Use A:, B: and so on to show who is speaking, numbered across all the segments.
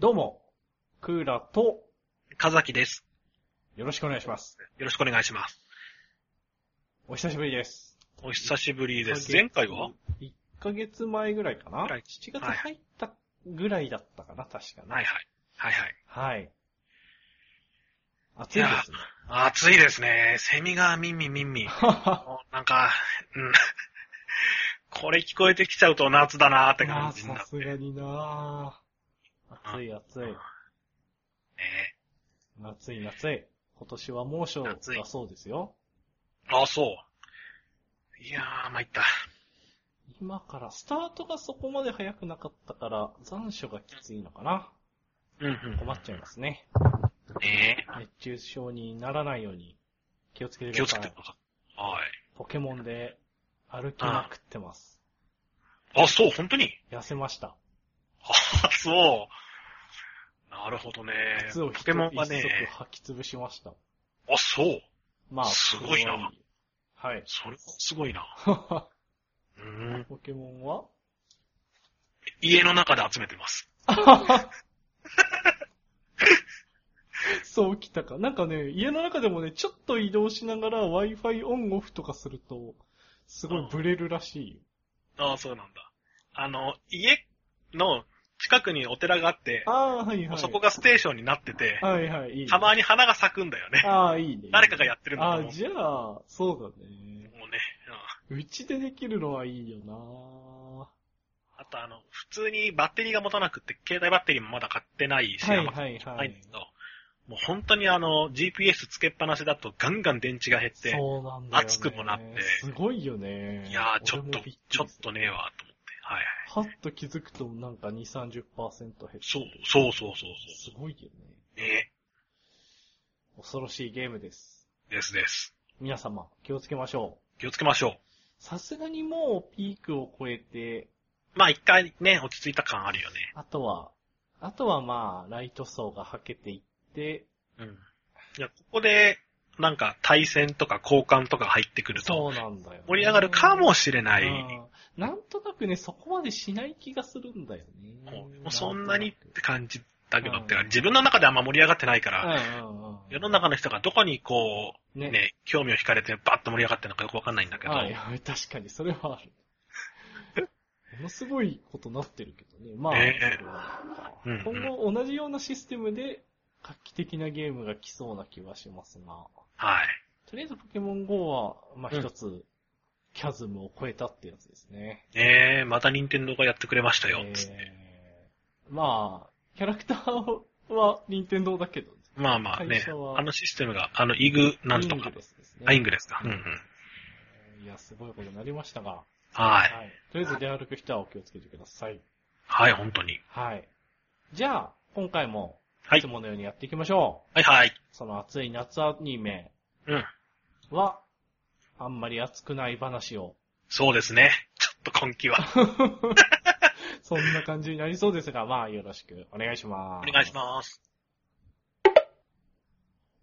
A: どうも、クーラと、
B: かざきです。
A: よろしくお願いします。
B: よろしくお願いします。
A: お久しぶりです。
B: お久しぶりです。
A: さっき
B: 前回は
A: ?1 ヶ月前ぐらいかな
B: ぐらい
A: ?7 月入ったぐらいだったかな、確かね。
B: はいはい。はいはい。
A: はい。暑いですね。
B: 暑いですね。セミがミンミンミンミン。 もうなんか、うん。 これ聞こえてきちゃうと夏だなーって
A: ま
B: 感
A: あ
B: じにな
A: さ
B: る
A: すがになぁ暑い暑い。
B: ね。
A: 夏い夏い。今年は猛暑だ
B: 夏い
A: そうですよ。
B: あ、そう。いやー、参った。
A: 今からスタートがそこまで早くなかったから、残暑がきついのかな
B: うんうん。
A: 困っちゃいますね。
B: ね
A: 熱中症にならないように気をつけて
B: え。
A: く
B: 気を
A: だ
B: つ
A: さ
B: けて
A: い
B: く。ださい。はい。
A: ポケモンで歩きまくってます。
B: あ、そう、本当に
A: 痩せました。
B: あ、そう。なるほどね。
A: 靴を一
B: ポ
A: 足
B: ケモン
A: 一
B: が
A: 足
B: ね、
A: 履き潰しました。
B: あ、そう。
A: まあ、
B: すごいな
A: それはいい。
B: それはすごいな。
A: はい。
B: うん。
A: ポケモンは
B: 家の中で集めてます。
A: そうきたか。なんかね、家の中でもね、ちょっと移動しながら Wi-Fi オンオフとかすると、すごいブレるらしいよ。
B: ああ、そうなんだ。あの、家の近くにお寺があって、
A: ああ、はいはい。
B: そこがステーションになってて、
A: はいはい、いいね、
B: たまに花が咲くんだよね。
A: ああ、いいね。
B: 誰かがやってるんだと
A: あ
B: 思
A: あ、じゃあ、そうだね。
B: う。もうね、
A: うちでできるのはいいよな
B: うんあとあの、普通にバッテリーが持たなくって、携帯バッテリーもまだ買ってないし、
A: はい
B: あんま
A: はいは
B: ないん
A: い
B: だ。けど、もう本当にあの、GPS つけっぱなしだとガンガン電池が減って、
A: そうなんだよ、ね。
B: 熱くもなって
A: すごいよね。
B: いやー、ちょっ
A: 俺
B: と
A: もびくり、す
B: ちょ
A: る
B: っとねえ。わ、と思って。はいはい。
A: はっと気づくとなんか2、30%減ってる。
B: そう、そうそうそう
A: す
B: そ
A: ごいよね。
B: う。ね
A: 恐ろしいゲームです。
B: え、ですです。
A: 皆様、気をつけましょ
B: 気をつけまし
A: う。
B: ょ
A: さすがにもうピークを超えて、
B: う。まあ一回ね、落ち着いた感あるよね。
A: あとは、あとはまあ、ライト層がはけていって、
B: うん。いや、ここで、なんか対戦とか交換とか入ってくる
A: そ
B: と、
A: うなんだよね、
B: 盛り上がるかもしれな
A: う
B: い。
A: んなんとなくね、そこまでしない気がするんだよね。
B: もうそんなにって感じだけど、
A: うん
B: ってか自分の中であんま盛り上がってないから、
A: うんうんうん。
B: 世の中の人がどこにこう、
A: ね
B: ね、興味を惹かれてバッと盛り上がってるのかよくわかんないんだけど、
A: はいはい、確かに、それはある。 ものすごいことなってるけどね。まあ、
B: ねえ
A: それは
B: うんうん
A: 今後同じようなシステムで画期的なゲームが来そうな気はしますが。
B: はい。
A: とりあえずポケモン GO は、まあ
B: うん
A: 一つ、キャズムを超えたってやつですね。
B: ねえ、また任天堂がやってくれましたよ、つって。
A: えーまあ、キャラクターは任天堂だけど、
B: まあまあ
A: 会
B: ね
A: 社、は
B: あのシステムが、あの、イグ、なんと
A: イン
B: か
A: グ、ですですね。
B: あ、イングですか。
A: う
B: うんんうん。
A: いや、すごいことになりましたが。
B: はい。
A: とりあえず出歩く人はお気をつけてください。
B: はい、本当に。
A: はい。じゃあ、今回も、
B: はい
A: いつものようにやっていきましょう。
B: はいはい。
A: その暑い夏アニメ
B: うん。
A: は、あんまり熱くない話を。
B: そうですね。ちょっと今季は。
A: そんな感じになりそうですが、まあよろしくお願いします。
B: お願いします。
A: す。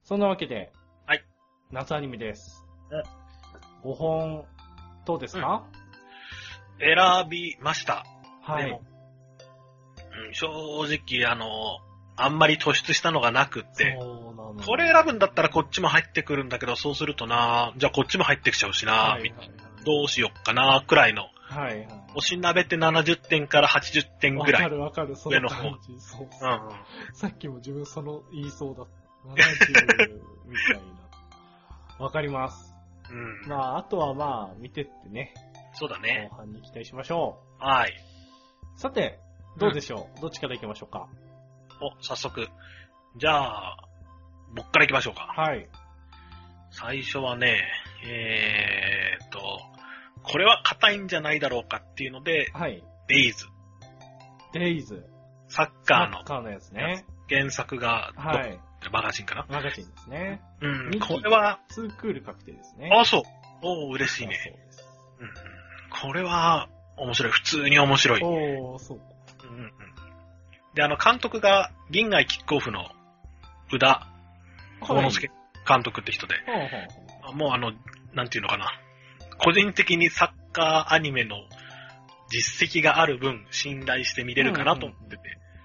A: そんなわけで、
B: はい。
A: 夏アニメです。
B: うん
A: 5本、どうですか、
B: 選びました。
A: は
B: でも
A: い。
B: うん、正直、あの、あんまり突出したのがなくって、
A: そうなの。
B: これ選ぶんだったらこっちも入ってくるんだけど、そうするとな、じゃあこっちも入ってきちゃうしな、
A: はい
B: みたいなどうしよっかな、くらいの。
A: はいはい。
B: おしなべて70点から80点ぐ
A: わ
B: ら
A: か
B: い。
A: るわかる、そ
B: 上
A: の
B: の方
A: 感じ。そう
B: うんうん。
A: さっきも自分その言いそうだった。70みたいな。わかります。
B: うん。
A: まあ、あとはまあ、見てってね、
B: そうだね。
A: 後半に期待しましょ
B: はい。
A: う。さて、どうでしょう、どっちから行きましょうか
B: お、早速。じゃあ、僕から行きましょうか。
A: はい。
B: 最初はね、えーっと、これは硬いんじゃないだろうかっていうので、
A: はい。
B: デイズ。
A: デイズ。
B: サッカーの
A: サッカーのやつね。
B: 原作が、
A: はい。
B: マガジンかな
A: マガジンですね。
B: うん、
A: ミキ
B: これは、
A: ツークール確定ですね。
B: あ、そう。おー嬉しい
A: そ
B: ね。
A: うです。
B: うんうん、これは、面白い。普通に面白い。
A: おー、そうか。
B: うんうんうんで、あの、監督が、銀河キックオフの、宇田幸之助監督って人で、
A: ほうほうほう
B: あもうあの、なんていうのかな。個人的にサッカーアニメの実績がある分、信頼して見れるかなと思ってて、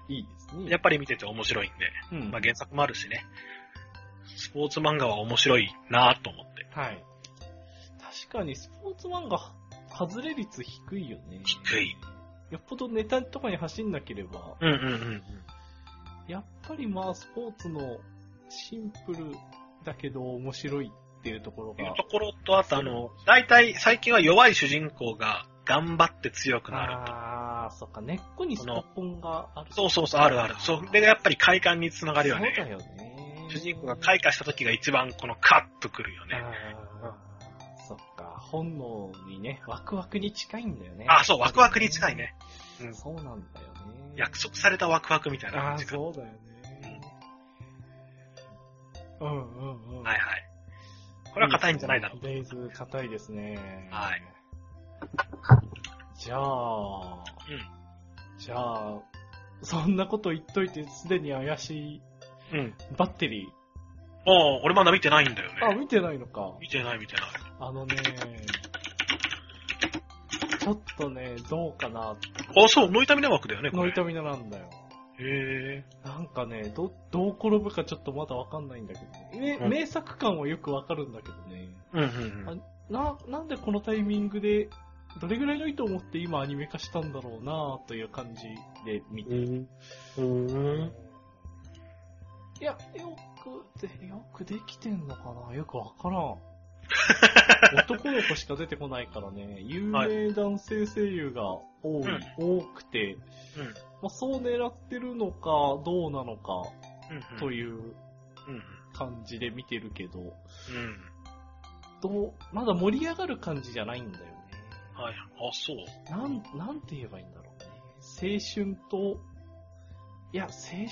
A: いいですに、
B: やっぱり見てて面白いんで、
A: うん
B: まあ、原作もあるしね、スポーツ漫画は面白いなぁと思って。
A: はい。確かにスポーツ漫画、外れ率低いよね。
B: 低い。
A: よっぽどネタとかに走んなければ、
B: うんうんうん。
A: やっぱりまあスポーツのシンプルだけど面白いっていうところ
B: いう
A: が、
B: ところと、あとあの、大体最近は弱い主人公が頑張って強くなると。
A: ああ、そっか、根っこにスポポンがある。
B: そうそうそう、あるある。それがやっぱり快感につながるよ
A: そう
B: ね。
A: だよね。
B: 主人公が開花した時が一番このカッとくるよね。
A: あーそっか、本能にね、ワクワクに近いんだよね。
B: あ、そう、ワクワクに近いね。うん
A: そうなんだよね。
B: 約束されたワクワクみたいな
A: あ
B: 感
A: あ、
B: じか。
A: そうだよね。うんうんうん。
B: はいはい。これは硬いんじゃないだろう。
A: レイズ硬いですね。
B: はい。
A: じゃあ、じゃあ、そんなこと言っといてすでに怪しい
B: うん。うん。
A: バッテリー。
B: もう、俺まだ見てないんだよ
A: あ、
B: ね。
A: 見てないのか。
B: 見てない見てない。
A: あのね、ちょっとね、どうかなって、
B: あ、そう、ノイタミナ枠だよね、こ
A: ノ
B: れ。
A: イタミナなんだよ。
B: へ
A: なんかね、ど、どう転ぶかちょっとまだわかんないんだけどね。
B: うん
A: 名作感はよくわかるんだけどね。
B: ーうんうんう
A: あ
B: ん。
A: な、なんでこのタイミングで、どれぐらいの意図を持って今アニメ化したんだろうなという感じで見てる。
B: うん。
A: いや、よくで、よくできてんのかなよくわから ん。男の子しか出てこないからね、有名男性声優が多い、多くて、
B: うん。
A: まあ、そう狙ってるのか、どうなのか、
B: うん
A: という
B: うん。
A: 感じで見てるけど、
B: うん。
A: どう、まだ盛り上がる感じじゃないんだよね。
B: はい。あ、そう。
A: なん、なんて言えばいいんだろうね。青春と、いや、青春、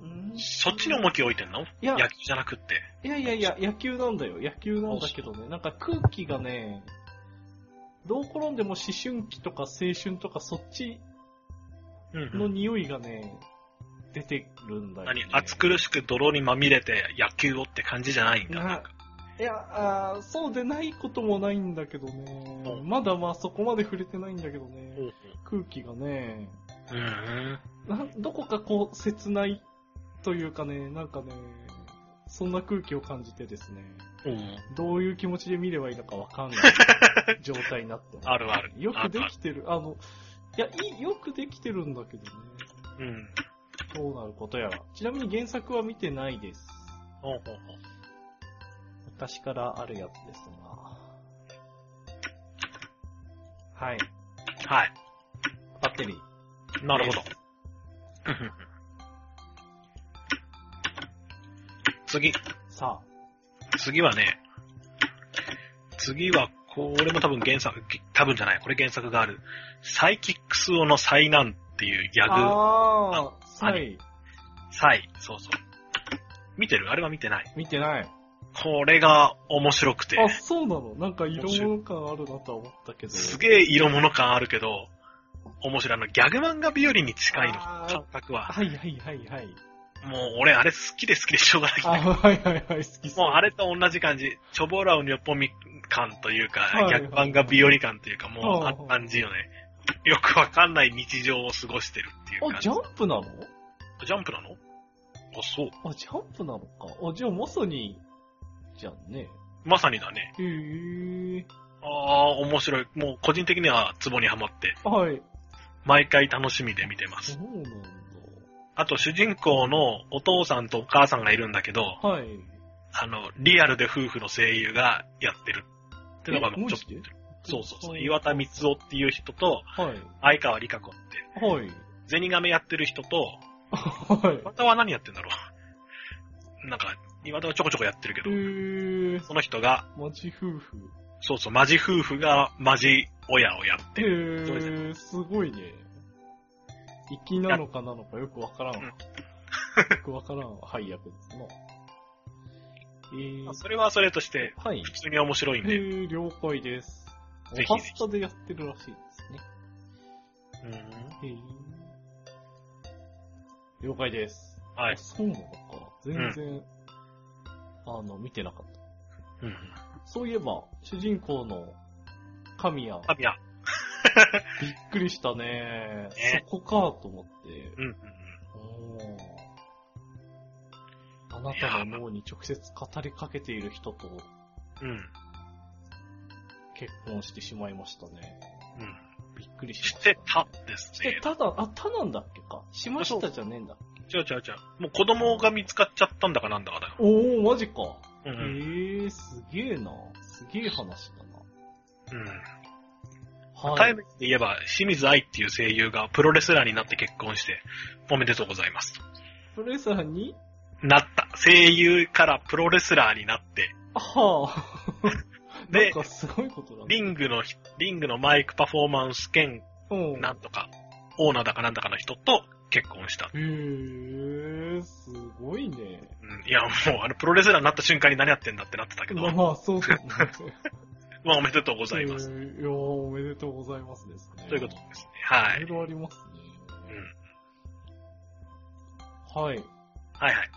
A: うん
B: そっちに重きを置いてんの
A: いや、
B: 野球じゃなくって。
A: いやいやいや、野球なんだよ。野球なんだけどね。なんか空気がね、どう転んでも思春期とか青春とかそっち
B: う
A: の
B: ん。
A: 匂いがね、出てるんだよ、ね
B: 何。暑苦しく泥にまみれて野球をって感じじゃないんだ。なんか
A: いやあー、そうでないこともないんだけどね
B: う。
A: まだまあそこまで触れてないんだけどね。空気がね、
B: うん。
A: なんどこかこう切ないというかね、なんかね、そんな空気を感じてですね、
B: うん。
A: どういう気持ちで見ればいいのかわかんない 状態になってます
B: あるある。
A: よくで
B: ある
A: きてる。あの、いや、いい、よくできてるんだけどね。
B: あるうん。
A: どうなることやら。ちなみに原作は見てないです。
B: ほうほうほう
A: 昔からあるやつですが。はい。
B: はい。
A: バッテリー。
B: なるほど。 次。
A: さ
B: 次はね、次は、これも多分原作、多分じゃない、これ原作がある、サイキックスオの災難っていうギ
A: あ。
B: ャグ、
A: ああ、
B: あ
A: サ
B: れ
A: イ。
B: サイ、そうそう。見てるあれは見てない。
A: 見てない。
B: これが面白くて、
A: あ、そうなのなんか色物感あるなとは思ったけど。
B: すげえ色物感あるけど、面白い。あの、ギャグ漫画日和に近いの、
A: あー
B: 感覚は。
A: はいはいはい はい。
B: もう俺、あれ好きで好きでしょうがない。
A: あ、はいはいはい、好きそう。
B: もうあれと同じ感じ。チョボラウニョポミ感というか、
A: はい
B: 逆版が日和感というか、もう
A: は
B: あ
A: い
B: 感じよね。よくわかんない日常を過ごしてるっていう
A: あ、
B: 感
A: ジ
B: じ。
A: ャンプなの
B: ジャンプなのあ、そう。
A: あ、ジャンプなのか。あ、じゃあまさに、じゃんね。
B: まさにだね。
A: へえ。
B: ああ、面白い。もう個人的にはツボにはまって、
A: はい。
B: 毎回楽しみで見てま
A: そ
B: す。
A: うなんだ。
B: あと主人公のお父さんとお母さんがいるんだけど、
A: はい。
B: あの、リアルで夫婦の声優がやってるっていうの
A: え
B: が、ちょっ
A: マジで
B: と、そうそうそう。岩田光夫っていう人と、
A: はい。
B: 相川里香子って、
A: はい。
B: ゼニガメやってる人と、
A: はい。
B: 岩田は何やってんだろう。 なんか、岩田はちょこちょこやってるけ
A: え
B: ど、
A: ー、
B: その人が、
A: マジ夫婦。
B: そうそう、マジ夫婦がマジ親をやって
A: え
B: る。どれ
A: ー、すごいね。粋なのかなのかよくわからん。
B: うん
A: よくわからん配役ですな。えー
B: まあ、それはそれとして、
A: はい。
B: 普通に面白い
A: え
B: んで、
A: ー、了解です。
B: ぜひぜひ
A: パスタでやってるらしいですね。
B: うん
A: えー、了解です。
B: は
A: あ
B: い。
A: そうなのか。全然、あの、見てなかった。
B: うん。
A: そういえば、主人公の神谷、
B: 神谷。
A: びっくりしたね
B: ね
A: そこかと思って。
B: うんうんうん。
A: おあなたの脳に直接語りかけている人と
B: うん。うん。
A: 結婚してしまいましたね。びっくりし
B: し
A: ました、
B: て
A: ね。
B: たです
A: し
B: ね。
A: てただ、 あ、たなんだっけか。しましたじゃねえんだ。
B: 違う違う違う。もう子供が見つかっちゃったんだかなんだかだよ。
A: おー、マジか。え
B: うんうん。
A: ー、すげえな。すげえ話だな。
B: うん。タ
A: は
B: イムで言えば、清水愛っていう声優がプロレスラーになって結婚して、おめでとうございますと。
A: プロレスラーに
B: なった。声優からプロレスラーになって、
A: はあ。なん
B: で、
A: かすごいことだね。
B: リングの、リングのマイクパフォーマンス兼、
A: うん。
B: なんとか、オーナーだかなんだかの人と結婚した。
A: へえー、すごい ね。
B: うん、いや、もう、あの、プロレスラーになった瞬間に何やってんだってなってたけど、
A: まあ
B: ま
A: まあ、そうだね。
B: あ、おめでとうございま
A: え
B: す。
A: ーいやーおめでとうございますですね。
B: ということですね。はいい。
A: ろいろあります
B: う
A: ね。
B: ん。
A: はい。
B: はいはい。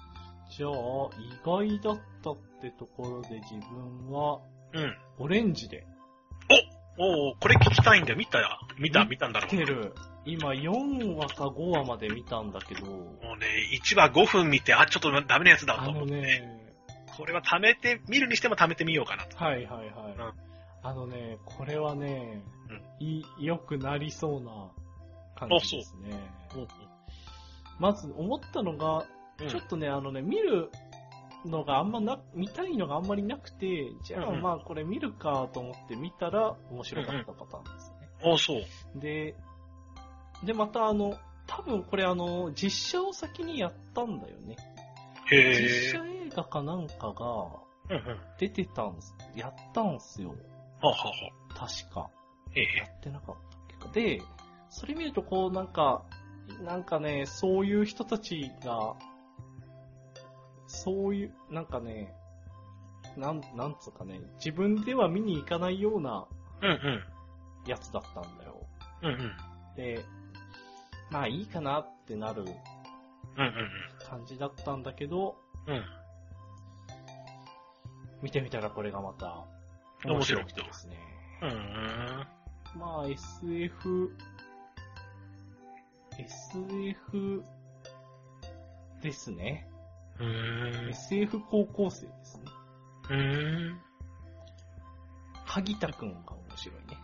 A: じゃあ、意外だったってところで自分は、
B: うん。
A: オレンジで
B: おおこれ聞きたいんだよ。見た見た見たんだろ
A: 来
B: う
A: て。る。今、4話か5話まで見たんだけど、
B: もうね、1話5分見て、あ、ちょっとダメなやつだ
A: あ
B: と思
A: の
B: って、
A: ね、
B: これは貯めて、見るにしても貯めてみようかなと。
A: はいはいはい。
B: うん
A: あのね、これはね、い良くなりそうな感じですね。まず思ったのが、
B: うん
A: ちょっとね、あのね、見るのがあんまな、見たいのがあんまりなくて、じゃあ
B: うんうん
A: まあこれ見るかと思って見たら面白かったパターンですね。
B: おそう。
A: で、で、またあの、多分これあの、実写を先にやったんだよね。
B: へえ
A: 実写。映画かなんかが
B: うんうん。は
A: 出てたんす、やったんすよ。
B: あ、はあは
A: 確か。
B: あ、え
A: や
B: え。
A: ってなかったっけか。で、それ見るとこうなんか、なんかね、そういう人たちが、そういう、なんかね、なん、なんつうかね、自分では見に行かないような
B: うんうん。
A: やつだったんだよ。
B: うんうん。
A: で、まあいいかなってなる
B: うん
A: 感じだったんだけど、
B: うんうん。うん。
A: 見てみたらこれがまた
B: 面白い
A: くてですね。
B: うーん。
A: まあ SF、SF ですね。
B: うーん。
A: SF 高校生ですね。
B: うーん。
A: 萩田くんが面白いね。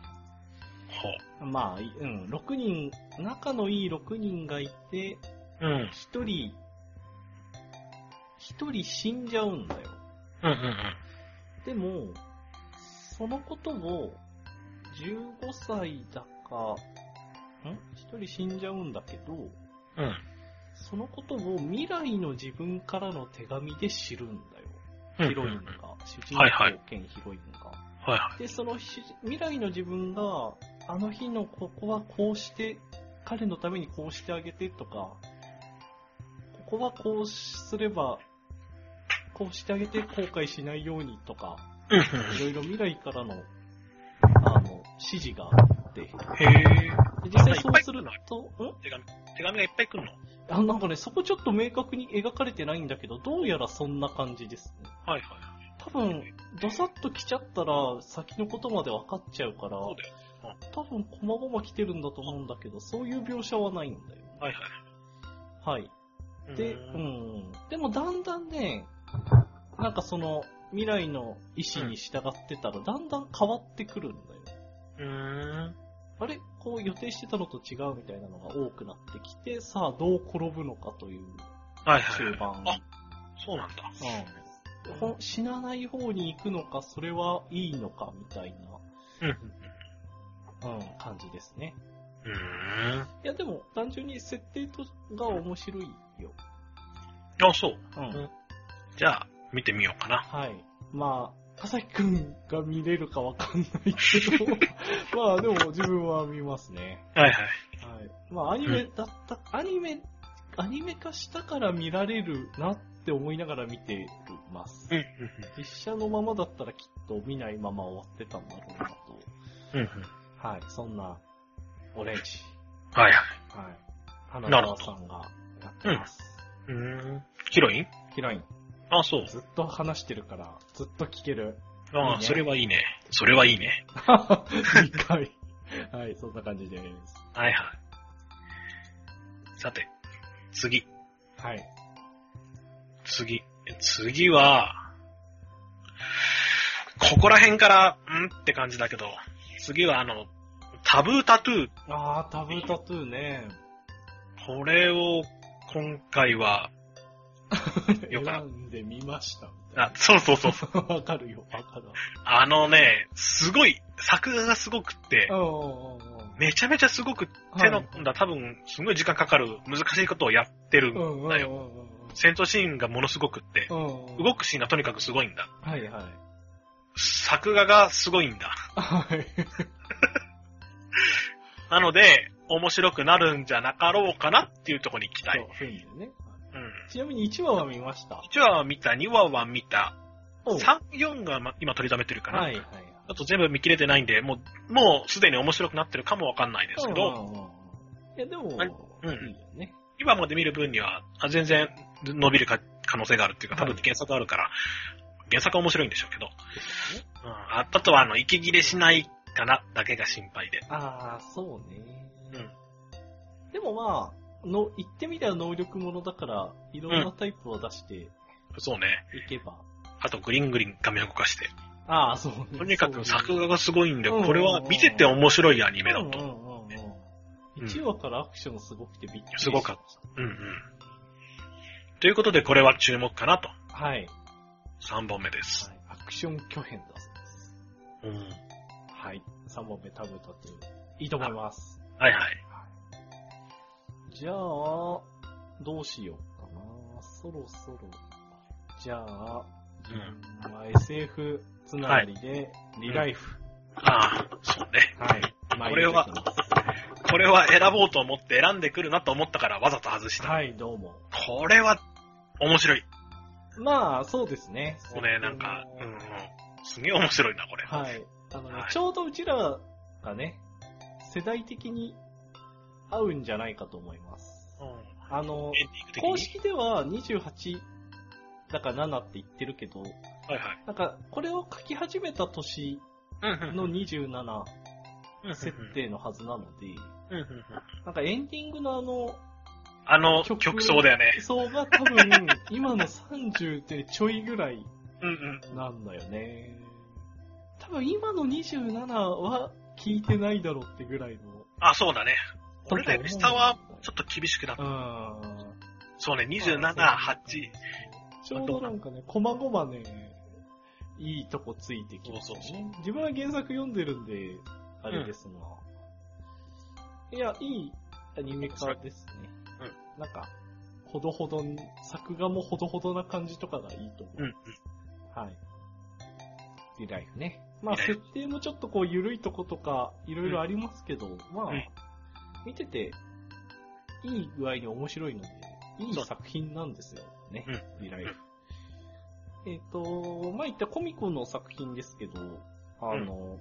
B: は
A: まあ、いうん、6人、仲のいい6人がいて、
B: あ。うん。うん
A: 1人、1人死んじゃうんだよ。
B: うんうん。
A: でも、そのことを、15歳だか、ん ?1 人死んじゃうんだけど、
B: うん。
A: そのことを未来の自分からの手紙で知るんだよ。
B: うん
A: ヒロイン
B: うんうん
A: が、主人
B: はいはい
A: 公兼ヒロインが。
B: はいは
A: で、そのひ未来の自分が、あの日のここはこうして、彼のためにこうしてあげてとか、ここはこうすれば、こうしてあげて後悔しないようにとか、
B: い。うん
A: いろいろ未来からの、あの、指示があって、で
B: うん。へえ。
A: 実際そうすると、ん
B: 手紙、手紙がいっぱい来るの
A: あなんかね、そこちょっと明確に描かれてないんだけど、どうやらそんな感じですね。
B: はいはい。
A: 多分、どさっと来ちゃったら、先のことまで分かっちゃうから、
B: そうだよ。
A: 多分、こまごま来てるんだと思うんだけど、そういう描写はないんだよ。
B: はいは
A: はい。
B: い。
A: で、
B: う
A: う
B: ーん。
A: ん。でも、だんだんね、なんかその、未来の意思に従ってたら、だんだん変わってくるんだよ。
B: うーん。
A: あれこう予定してたのと違うみたいなのが多くなってきて、さあ、どう転ぶのかという
B: はいはい
A: 終
B: は
A: 盤。
B: い。あ、そうなんだ。
A: うんほん、死なない方に行くのか、それはいいのか、みたい
B: うん。う
A: な、うん、感じですね。
B: ーん。
A: いや、でも、単純に設定とが面白いよ。
B: あ、そう。
A: うん
B: んじゃあ、見てみようかな。
A: はい。まあ、かさきくんが見れるかわかんないけど、まあ、でも自分は見ますね。
B: はいはい。
A: はい。まあ、アニメだった、アニメ、アニメ化したから見られるなって思いながら見てます。
B: うん。
A: 実写のままだったらきっと見ないまま終わってたんだろうなと。
B: うん。うん。
A: はい、そんな、オレンジ。
B: はいはい。
A: はい。花澤さんがやってます。
B: うーん。ヒロイン
A: ヒロイン、
B: あ、そう。
A: ずっと話してるから、ずっと聞け る。
B: あ
A: いいね
B: それはいいね。それはいいね。
A: 2回。はい、そんな感じです。
B: はいはい。さて、次、
A: はい。
B: 次。次は、ここら辺から、んって感じだけど、次はあの、タブータトゥー。
A: あー、タブータトゥー ね。
B: これを、今回は、よか
A: 選んでみました。みたい
B: あ、そうそ うそうそう。
A: なわかるよ、わかるわ。
B: あのね、すごい、作画がすごくって、
A: うんうんうんうん。
B: めちゃめちゃすごく、手の込んだ、多分、すごい時間かかる、難しいことをやってるんだよ。
A: よ。
B: 戦闘シーンがものすごくって
A: う、んうん。
B: 動くシーンがとにかくすごいんだ。
A: はいはい。
B: 作画がすごいんだ。
A: はい。
B: なので、面白くなるんじゃなかろうかなっていうところに期待。
A: そう、踏んでね。
B: うん。
A: ちなみに1話は見ました。
B: 1話は見た、2話は見た、
A: お
B: 3、4がま今取りためてるかな。
A: はいはい。
B: あと全部見切れてないんで、もう、もうすでに面白くなってるかもわかんないですけど、
A: うんうんうん、いや、でも、
B: うん
A: いいよね。
B: 今まで見る分には、あ全然伸びるか可能性があるっていうか、多分
A: はい
B: 原作あるから、原作は面白いんでしょうけど、うん、ああとは、あの、息切れしないかな、だけが心配で。
A: ああ、そうね。
B: うん。
A: でもまあ、の、言ってみれば能力者だから、いろんなタイプを出してい
B: そうね。
A: けば。
B: あと、グリングリン画面動かして。
A: ああ、そうね。
B: とにか
A: そう
B: く
A: ね
B: 作画がすごいんで、
A: うん
B: これは見てて面白いアニメだ
A: う
B: と。
A: んうんうんうん。1話からアクションすごくてびっくり
B: すごかっうんうん。ということで、これは注目かなと。
A: た。はい。はい
B: 3本目です。
A: アクション巨編だそうです。
B: うん。
A: はい。3本目タブタっていいと思います。
B: はいはい。
A: じゃあ、どうしようかな。そろそろ。じゃあ、
B: うん。
A: まあ SF つながりで、リライフ。
B: ああ、そうね。
A: はい。参
B: これは
A: りたいと思います
B: これは選ぼうと思って選んでくるなと思ったからわざと外した。
A: はい、どうも。
B: これは面白い。
A: まあ、そうですね。
B: もうね、なんか、うんうん。すげえ面白いな、これ。
A: はい。あのね
B: はい
A: ちょうどうちらがね、世代的に合うんじゃないかと思います。
B: うん
A: あの、
B: エンディング的に。
A: 公式では28だから7って言ってるけど、
B: はいはい。
A: なんか、これを書き始めた年
B: うん
A: の27
B: うん
A: 設。定のはずなので、
B: うんうんうん
A: なんかエンディングのあの、
B: あの曲奏だよね。
A: 層が多 分、今の30でちょいぐらい
B: うんうん。
A: なんだよね。多分今の27は聞いてないだろうってぐらいの。
B: あ、そうだね。俺らより下はちょっと厳しくなった。
A: うん。
B: そうね、27、8。
A: ちょうどなんかね、こまごまね、いいとこついてきましたね。
B: そうそう
A: 自分は原作読んでるんで、あれですが。いや、いいアニメ化ですね。なんか、ほどほどに、作画もほどほどな感じとかがいいと思う。
B: うんうん。
A: はい。リライフね。まあ、
B: リライ
A: 設定もちょっとこう、緩いとことか、いろいろありますけど、まあ、
B: うん
A: 見てて、いい具合に面白いので、いい
B: そう
A: 作品なんですよね、
B: う
A: リライフ。えっ、と、まあ、言ったコミコの作品ですけど、あの、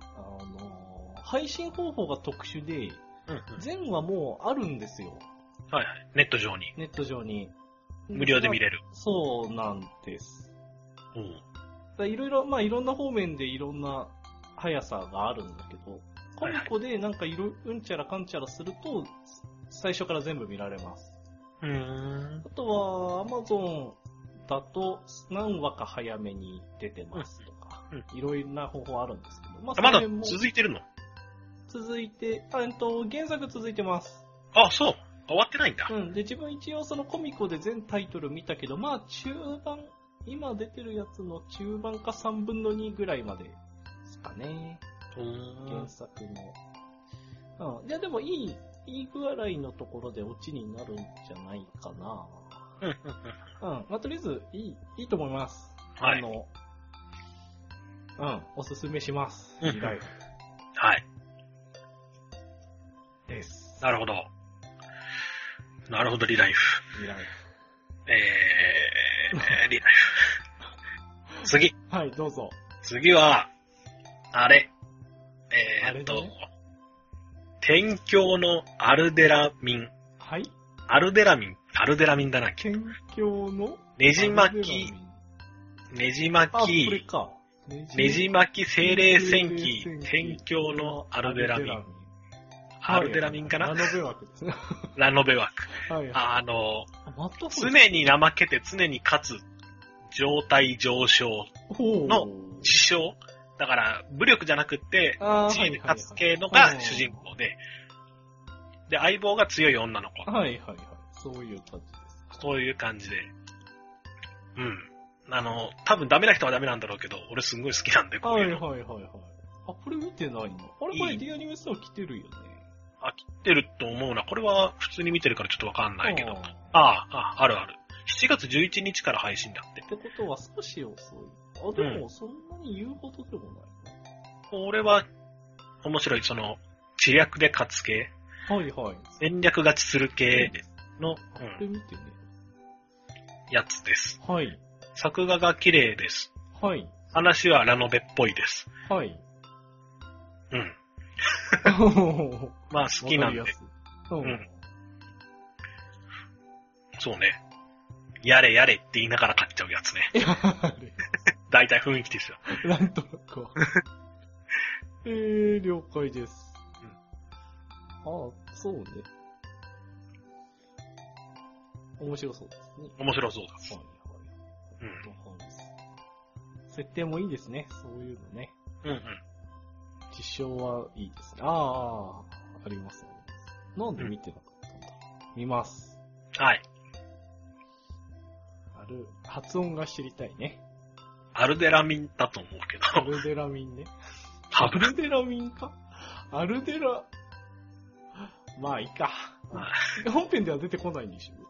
A: あの、配信方法が特殊で、
B: うんうん。
A: 全話もうあるんですよ、
B: はいはい。ネット上に。
A: ネット上に。
B: 無料で見れる。
A: そうなんです。
B: うん。
A: だからいろいろ、まあいろんな方面でいろんな速さがあるんだけど、コミコでなんかいろ、うんちゃらかんちゃらすると、最初から全部見られます。
B: うーん
A: あ。とは、Amazon だと何話か早めに出てますとか
B: うん、
A: いろいろな方法あるんですけど、まあ
B: ま
A: そ
B: だ
A: れも
B: 続いてるの
A: 続いて、あ、えっと、原作続いてます。
B: あ、そう。終わってないんだ。
A: うん。で、自分一応そのコミコで全タイトル見たけど、まあ中盤、今出てるやつの中盤か3分の2ぐらいまでですかね。
B: うん
A: 原作の。うん。いや、でもいい、いい具合のところでオチになるんじゃないかな。
B: うんう
A: う
B: ん
A: ん。まあ、とりあえず、いい、いいと思います。
B: はい
A: あの、うん、おすすめします。
B: うん
A: リライフ
B: はい。
A: です。
B: なるほど。なるほど、リライフ。
A: リライ
B: えー、リライフ。次。
A: フ。はい、どうぞ。
B: 次は、あれ。えー、っ
A: あ
B: と
A: れね、
B: 天教のアルデラミン。
A: はい。
B: アルデラミンアルデラミンだな。
A: 県境の、
B: ねじ
A: アル
B: 巻
A: デラミ
B: き
A: ン、
B: ねじ
A: あ、
B: 巻
A: これ
B: き、
A: か。
B: ねじ巻き精霊戦
A: 精霊
B: 記
A: 戦記、
B: 天教のアルデラミン。アルデラミンか
A: ラ
B: な
A: ノベ枠ですね。
B: ラノベ枠。
A: はいはい。
B: あの、
A: マットフォー
B: 常に怠けて常に勝つ状態上昇、
A: ほう
B: の自称。だから、武力じゃなくって、
A: あー
B: 地位で勝つ系の
A: はいはい
B: が
A: はい
B: 主人公で、で、相棒が強い女の子。
A: はいはいはい。そういう感じです。
B: そういう感じで。うん。あの、多分ダメな人はダメなんだろうけど、俺すんごい好きなんで、こ
A: は
B: う
A: い
B: いう
A: はい
B: の。
A: はいはい。あ、これ見てないのあれこ
B: い
A: れ
B: い
A: リアニメスター来てるよね。
B: 飽きてると思うな。これは普通に見てるからちょっとわかんないけど。
A: あ
B: あ
A: あ
B: あ、ああるある。7月11日から配信だって。
A: ってことは少し遅い。あ、でもそんなに言うほどでもないな。
B: これは、面白い、その、知略で勝つ系、
A: はいはい。
B: 戦略勝ちする系の、
A: こ
B: う
A: れ
B: ん
A: 見てね。
B: やつです。
A: はい。
B: 作画が綺麗です。
A: はい。
B: 話はラノベっぽいです。
A: はい。
B: うん。
A: 好
B: まあ 好きなんで、
A: う
B: うんん。そうね。やれやれって言いながら買っちゃうやつね。
A: いや、あれ
B: 大体雰囲気ですよ。
A: なんとなくは。 えー、了解です。
B: うん
A: ああ、そうね。面白そうですね。
B: 面白そうだ。
A: はいはい。
B: うん。
A: 設定もいいですね。そういうのね。
B: うんうん。
A: 実証はいいですね。ああ、あります、あります。なんで見てなかったんだ、見ます。
B: はい。
A: ある、発音が知りたいね。
B: アルデラミンだと思うけ
A: ア
B: ど。
A: ルデラミンね。
B: ハ
A: ア
B: ブ
A: ルデラミンかアルデラ、まあいいか。本編では出てこないんでしょ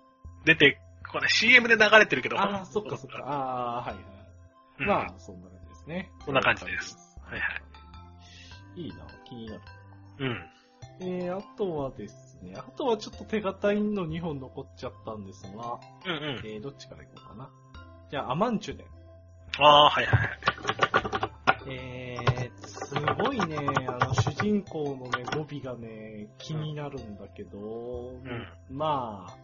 B: 出て、これ CM で流れてるけど。
A: ああ、そっかそっか。。ああ、はいはい。
B: うん、
A: まあ、そんな感じですね。
B: そんな感じです
A: はいはい。いいな、気になる。
B: うん。
A: えー、あとはですね、あとはちょっと手堅いの2本残っちゃったんですが、
B: うんうん。
A: えー、どっちからいこうかな。じゃあ、アマンチュネ。
B: ああ、はいはいはい。
A: えー、すごいね、あの、主人公のね、語尾がね、気になるんだけど、
B: ん
A: まあ、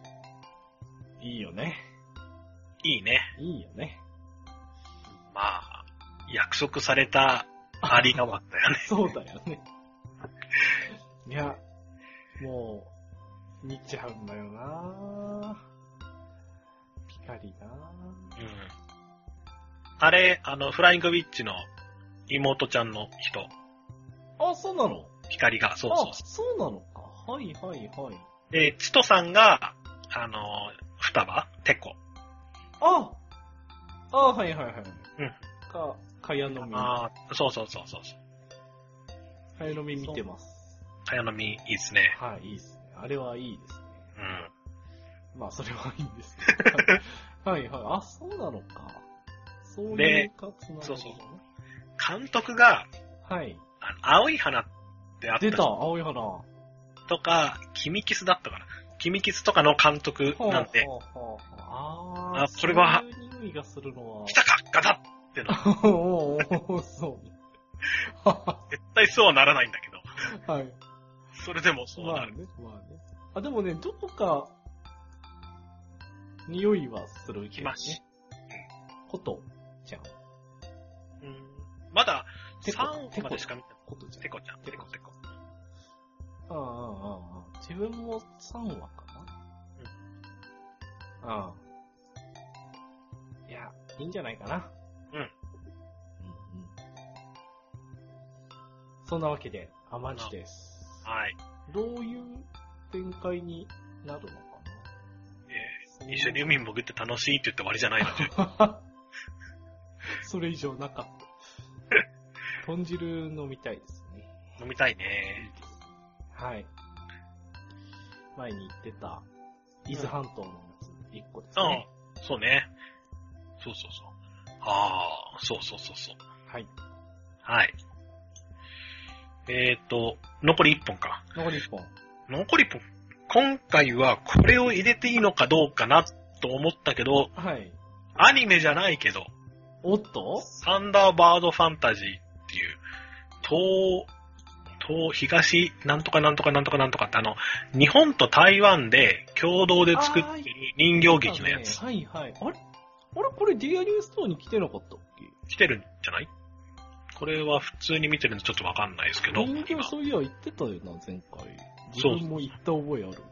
A: いいよね。
B: いいね。
A: いいよね。
B: まあ、約束されたありがわった よね。
A: そうだよ ね。いや、もう、見ちゃうんだよなピカリな
B: うん。あれ、あの、フライングウィッチの妹ちゃんの人、
A: あ、そうなの
B: 光が、そうそう
A: あ、そうなのか。はいはいはい。
B: で、チトさんが、あの、双葉テコ。
A: ああはいはいはい。
B: うん。
A: か、かやのみ。か
B: ああ、そうそうそうそうそう。
A: やのみ見てます。
B: 早飲み、いいですね。
A: はい、いいですね。あれはいいですね。
B: うん。
A: まあ、それはいいんですけ ど。はいはいはい。あ、そうなのか。そういうかつながりね
B: そうそう監督が、
A: はい。
B: あの青い花ってあった
A: 出た、青い花。は
B: とか、君キスだったかな。君キスとかの監督
A: あ
B: なんで、
A: はあはああー
B: あそれは
A: そういう匂いがするのは
B: 来。たかっかだってのは、
A: おーおーおーそう。 は
B: 絶対そうはならないんだけど、
A: ははい。
B: それでもそう
A: ま
B: な
A: あ
B: る。
A: ね、まあね。あ、でもね、どこか、匂いはするけ
B: 来
A: ど
B: まし
A: ね。ことちゃん。
B: うんまだ、
A: テコ
B: 3話までしか見てない。
A: ことちゃん。
B: テコちゃん、テコテコ。
A: ああ、ああ、ああ。自分も3話かな。うん。ああ。いや、いいんじゃないかな。
B: う
A: う
B: ん
A: んうん。そんなわけで、アマチです。
B: はい。
A: どういう展開になるのか
B: え
A: な
B: ー一緒に海に潜って楽しいって言って終わりじゃないので。
A: それ以上な かった。豚汁飲みたいですね。
B: 飲みたい
A: いい
B: ね。
A: ですね はい。前に言ってた、伊豆半島のやつ、一個です
B: う
A: ね
B: ん。。そうね。そうそうそう。ああ、そうそうそうそう。
A: はい。
B: はい。えっ、と、残り1本か。
A: 残り一本。
B: 残り1本。今回はこれを入れていいのかどうかなと思ったけど、
A: はい。
B: アニメじゃないけど、
A: おっと
B: サンダーバードファンタジーっていう、東、東、東、なんとかなんとかなんとかなんとかってあの、日本と台湾で共同で作ってる人形劇のやつ。
A: はいはい。あれあれこれ d アニューストアに来てなかったっけ
B: 来てるんじゃないこれは普通に見てるんでちょっとわかんないですけど。
A: 人
B: 今
A: 形そういや言ってたよな、前回。自分も行った覚えある。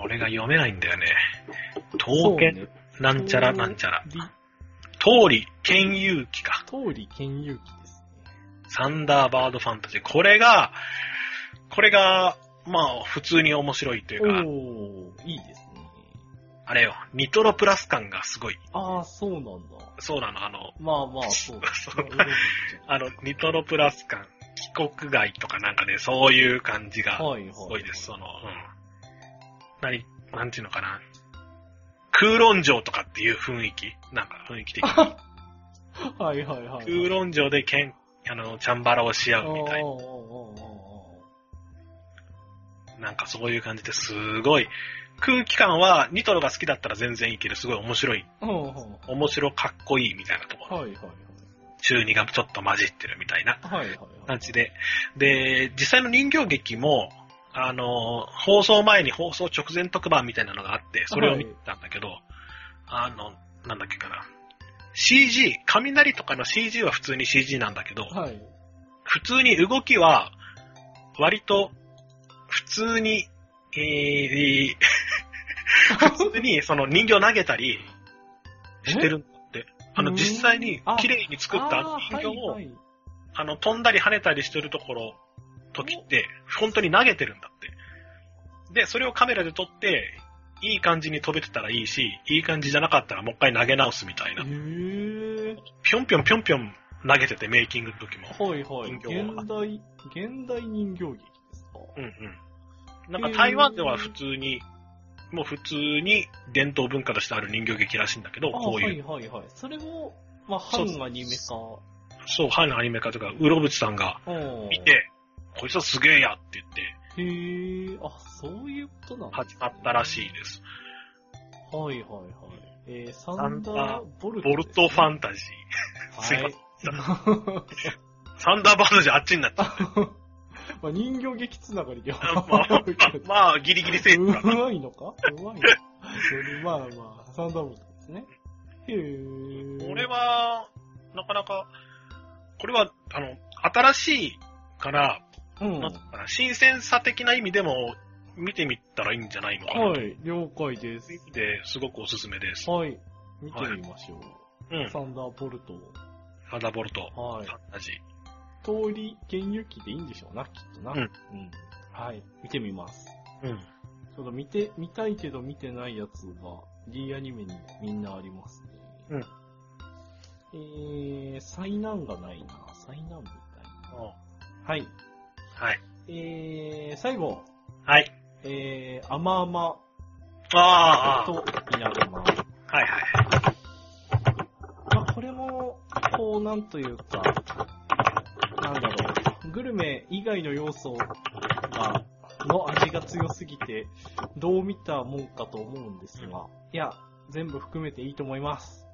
B: これが読めないんだよね。
A: そ
B: 刀
A: う
B: 剣、
A: ね。
B: なんちゃらなんちゃら。
A: り
B: 通り、剣遊記か。
A: 通り剣遊記です
B: サンダーバードファンタジー。これが、これが、まあ、普通に面白いとい
A: ね。
B: うか、
A: おー、いいですね。
B: あれよ、ニトロプラス感がすごい。
A: ああ、そうなんだ。
B: そうなの、あの、
A: まあまあ、そう ですね。
B: あの、ニトロプラス感、帰国外とかなんかね、そういう感じが、
A: はいはい。
B: すごいです、その、うん。何、なんていうのかな。空論城とかっていう雰囲気なんか雰囲気的に。
A: はいはいはい。
B: 空論城で剣、あの、チャンバラをし合うみたい
A: あーあーあーあー
B: な。なんかそういう感じですごい、空気感はニトロが好きだったら全然いいけど、すごい面白い。
A: うんうん
B: 面白かっこいいみたいなところ。
A: はいはいはい。
B: 中二がちょっと混じってるみたいな。
A: はいはいは
B: 感
A: い。
B: じで。で、実際の人形劇も、あの、放送前に放送直前特番みたいなのがあって、それを見たんだけど、あの、なんだっけかな。CG、雷とかの CG は普通に CG なんだけど、
A: はい。
B: 普通に動きは、割と、普通に、えー 普通にその人形投げたりしてるんだって。あの、
A: うん
B: 実際に
A: あ
B: 綺麗に作ったあの
A: あー
B: 人形を
A: はいはい
B: あの、飛んだり跳ねたりしてるところ、時って、本当に投げてるんだって。で、それをカメラで撮って、いい感じに飛べてたらいいし、いい感じじゃなかったらもう一回投げ直すみたいな。
A: へえ。
B: ぴょんぴょんぴょんぴょん投げてて、メイキングの時も。
A: はいはい。
B: 人
A: 現
B: 形は
A: 代、現代人形劇ですか
B: うんうん。なんか台湾では普通に、もう普通に伝統文化としてある人形劇らしいんだけど、
A: あ
B: こういう、
A: はいはいはい。それも、まあ、
B: そう
A: 半アニメ化。
B: そう、ハのアニメ化とか、うろぶちさんが
A: うん
B: 見。て、こいつはすげえやって言って、
A: へえ。あ、そういうことなん
B: 始まったらしいです。
A: い。はいはいはい。えー、サ
B: ダー
A: ンダーボルト、
B: ボルトファ
A: ン。
B: ンタジー。すい
A: は
B: ま
A: い。
B: サンダーバードじゃあっちになっちゃう。
A: まあ、人形劇つながりでは
B: まあ、ま
A: あ
B: あ
A: るけど、
B: まあ、ギリギリセーフ
A: う
B: だ。
A: まいのかうまいのかまあまあ、サンダーボルトですね。へえ。
B: これは、なかなか、これは、あの、新しいから、
A: うん、
B: なんていうのかな新鮮さ的な意味でも、見てみたらいいんじゃないのかな。
A: は
B: と
A: い、了解です
B: い。う意味で、すごくおすすめです。
A: はい、見てみましょう。
B: うん。
A: サンダーボルト。
B: サンダーボルト、
A: はい
B: ファ。ンタジー。
A: 通り、現行機でいいんでしょうな、きっとな。
B: うん
A: うんはい、見てみます。
B: うん。
A: ちょっと見て、見たいけど見てないやつが、D アニメにみんなあります
B: う
A: ね。
B: ん。
A: えー、災難がないな。災難みたいな。はい。
B: はい。
A: えー、最後、
B: はい。
A: えー、甘々
B: あーあー、
A: と稲妻。
B: はいはい。
A: まあ、これも、こう、なんというか、なんだろう、グルメ以外の要素が、の味が強すぎて、どう見たもんかと思うんですが、いや、全部含めていいと思います。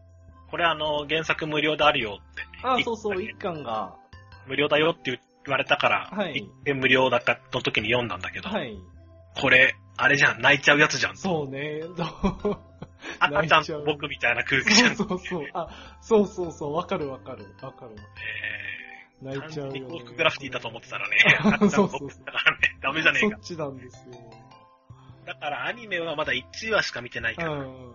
B: これあの、原作無料であるよって。
A: あ
B: い
A: そうそう、一巻が、
B: 無料だよって言われたから、
A: はい
B: 一見無料だったの時に読んだんだけど、
A: はい。
B: これ、あれじゃん、泣いちゃうやつじゃん。
A: そうね、 どう
B: 赤ち
A: 泣
B: ゃ
A: い
B: ん
A: ちゃう
B: と僕みたいな空気じゃ
A: そ
B: ん。
A: うそうそう、あ、そうそうそう、わかるわかる、わかるわ。
B: え
A: 泣
B: ー
A: いちゃ
B: 完
A: う
B: 全
A: よ、
B: に幸
A: ね。、
B: 福グラフィティだと思ってたらね赤ち ゃ
A: そ
B: ん
A: う
B: と
A: そう
B: 僕
A: そう
B: だからね、ダメじゃねえ
A: そ
B: か
A: っ。ちなんですよ。
B: だからアニメはまだ1話しか見てないから、
A: うん。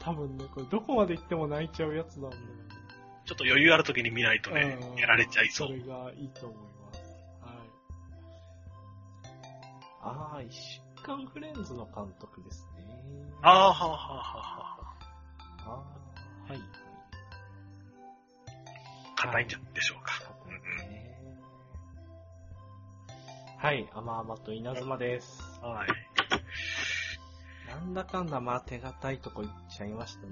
A: 多分ね、これどこまで行っても泣いちゃうやつなんだよね。
B: ちょっと余裕ある時に見ないとね
A: うん、
B: やられちゃいそ。
A: そうれがいいと思います。はい。ああ、一週間フレンズの監督ですね。
B: あ
A: あ
B: あ、はあはあはあは
A: ー。はい。
B: あ。硬いんじゃないでしょうか。
A: ねはい、あまあまと稲妻です。
B: はい。
A: なんだかんだまあ手堅いとこ行っちゃいましたね。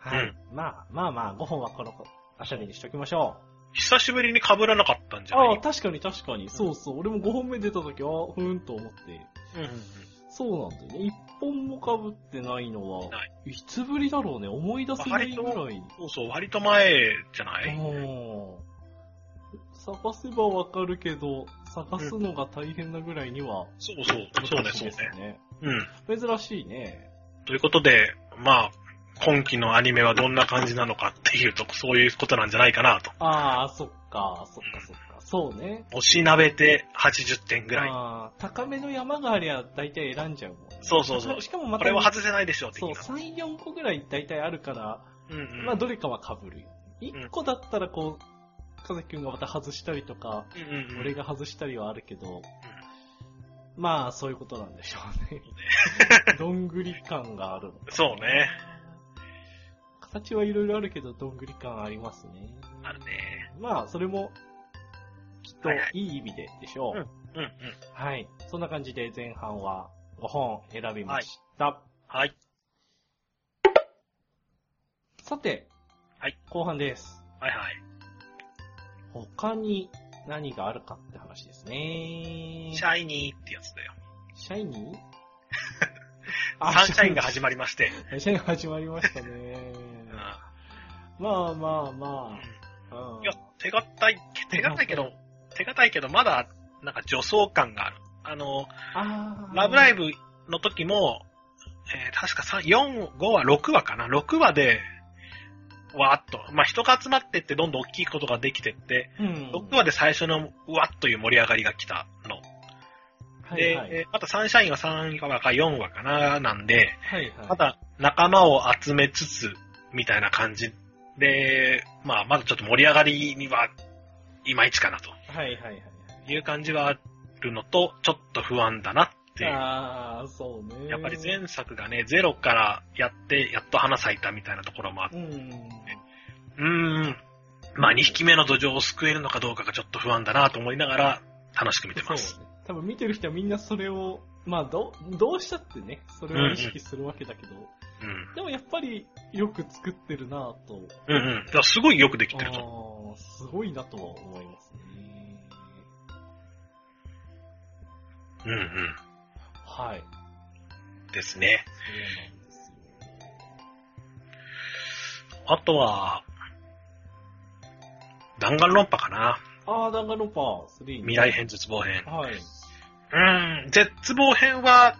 A: はい、
B: うん
A: まあまあまあ、5本はこのあしゃりにしときましょう。
B: 久しぶりに被らなかったんじゃ
A: あ
B: な
A: あ、
B: い
A: 確かに確かに。そうそう。俺も5本目出た時、ああ、ふーんと思って。
B: うんうんうん
A: そうなんだよね。1本も被ってないのは
B: ない、
A: いつぶりだろうね。思い出せないぐらい。
B: そうそう、割と前じゃない
A: うん探せばわかるけど、探すのが大変なぐらいには、
B: そうそう、そうね、そうね。
A: ね。
B: うん。
A: 珍しいね。
B: ということで、まあ、今期のアニメはどんな感じなのかっていうと、そういうことなんじゃないかなと。
A: ああ、そっか、そっか、そっか。そうね。
B: 押しなべて80点ぐらい。
A: あー高めの山がありゃ大体選んじゃうもんね、
B: そうそうそう
A: しかもま
B: こ
A: た、
B: れは外せないでしょう、的
A: そう、
B: な。
A: 3、4個ぐらい大体あるから、
B: うんうん。
A: まあどれかは被るよ。1個だったらこう、かざきくんがまた外したりとか、
B: うんうんうん
A: 俺が外したりはあるけど、まあそういうことなんでしょう ね。どんぐり感があるの。
B: そうね。
A: 形はいろいろあるけど、どんぐり感ありますね。
B: あるね。
A: まあそれも、きっと
B: はいはい
A: いい意味ででしょう。
B: うんうん。
A: はい。そんな感じで前半は5本選びました。
B: はい。
A: さて、
B: はい
A: 後半です。
B: はいはい。
A: 他に何があるかって話ですね。
B: シャイニーってやつだよ。
A: シャイニー
B: サンシャインが始まりまして。
A: り。 シャイニーが始まりましたね。
B: うん。
A: まあまあま
B: うん
A: あ。うん
B: いや、手堅い、手堅いけど、手堅いけど、まだ、なんか女装感がある。あの、
A: あー
B: ラブライブの時も、えー確か3、4、5話、6話かな ?6 話で、わーっと、まあ、人が集まってってどんどん大きいことができてって、
A: うん。
B: 6話で最初のうわっという盛り上がりが来たの。
A: はい
B: で、
A: はい
B: えーまたサンシャインは3話か4話かななんで、
A: はいはい
B: まだ仲間を集めつつ、みたいな感じで、まあ、まだちょっと盛り上がりには、いまいちかなと
A: はいはいはい
B: いう感じはあるのと、ちょっと不安だなっていう。
A: ああ、そうね。
B: やっぱり前作がね、ゼロからやって、やっと花咲いたみたいなところもあって、
A: うん。
B: うーん、まあ2匹目の土壌を救えるのかどうかがちょっと不安だなと思いながら、楽しく見てます。
A: そうね。多分見てる人はみんなそれを、まあどう、どうしたってね、それを意識するわけだけど、
B: うん。
A: でもやっぱりよく作ってるなぁと、
B: うんうん。だからすごいよくできてると思
A: あーすごいなとは思いますね。
B: う。うんうん。
A: はい。
B: ですね。
A: そうなんですよ。
B: あとは、弾丸論破かな。
A: あー、ダンガロッパー3。
B: 未来。編、絶望編。
A: はい。
B: うーん、絶望編は、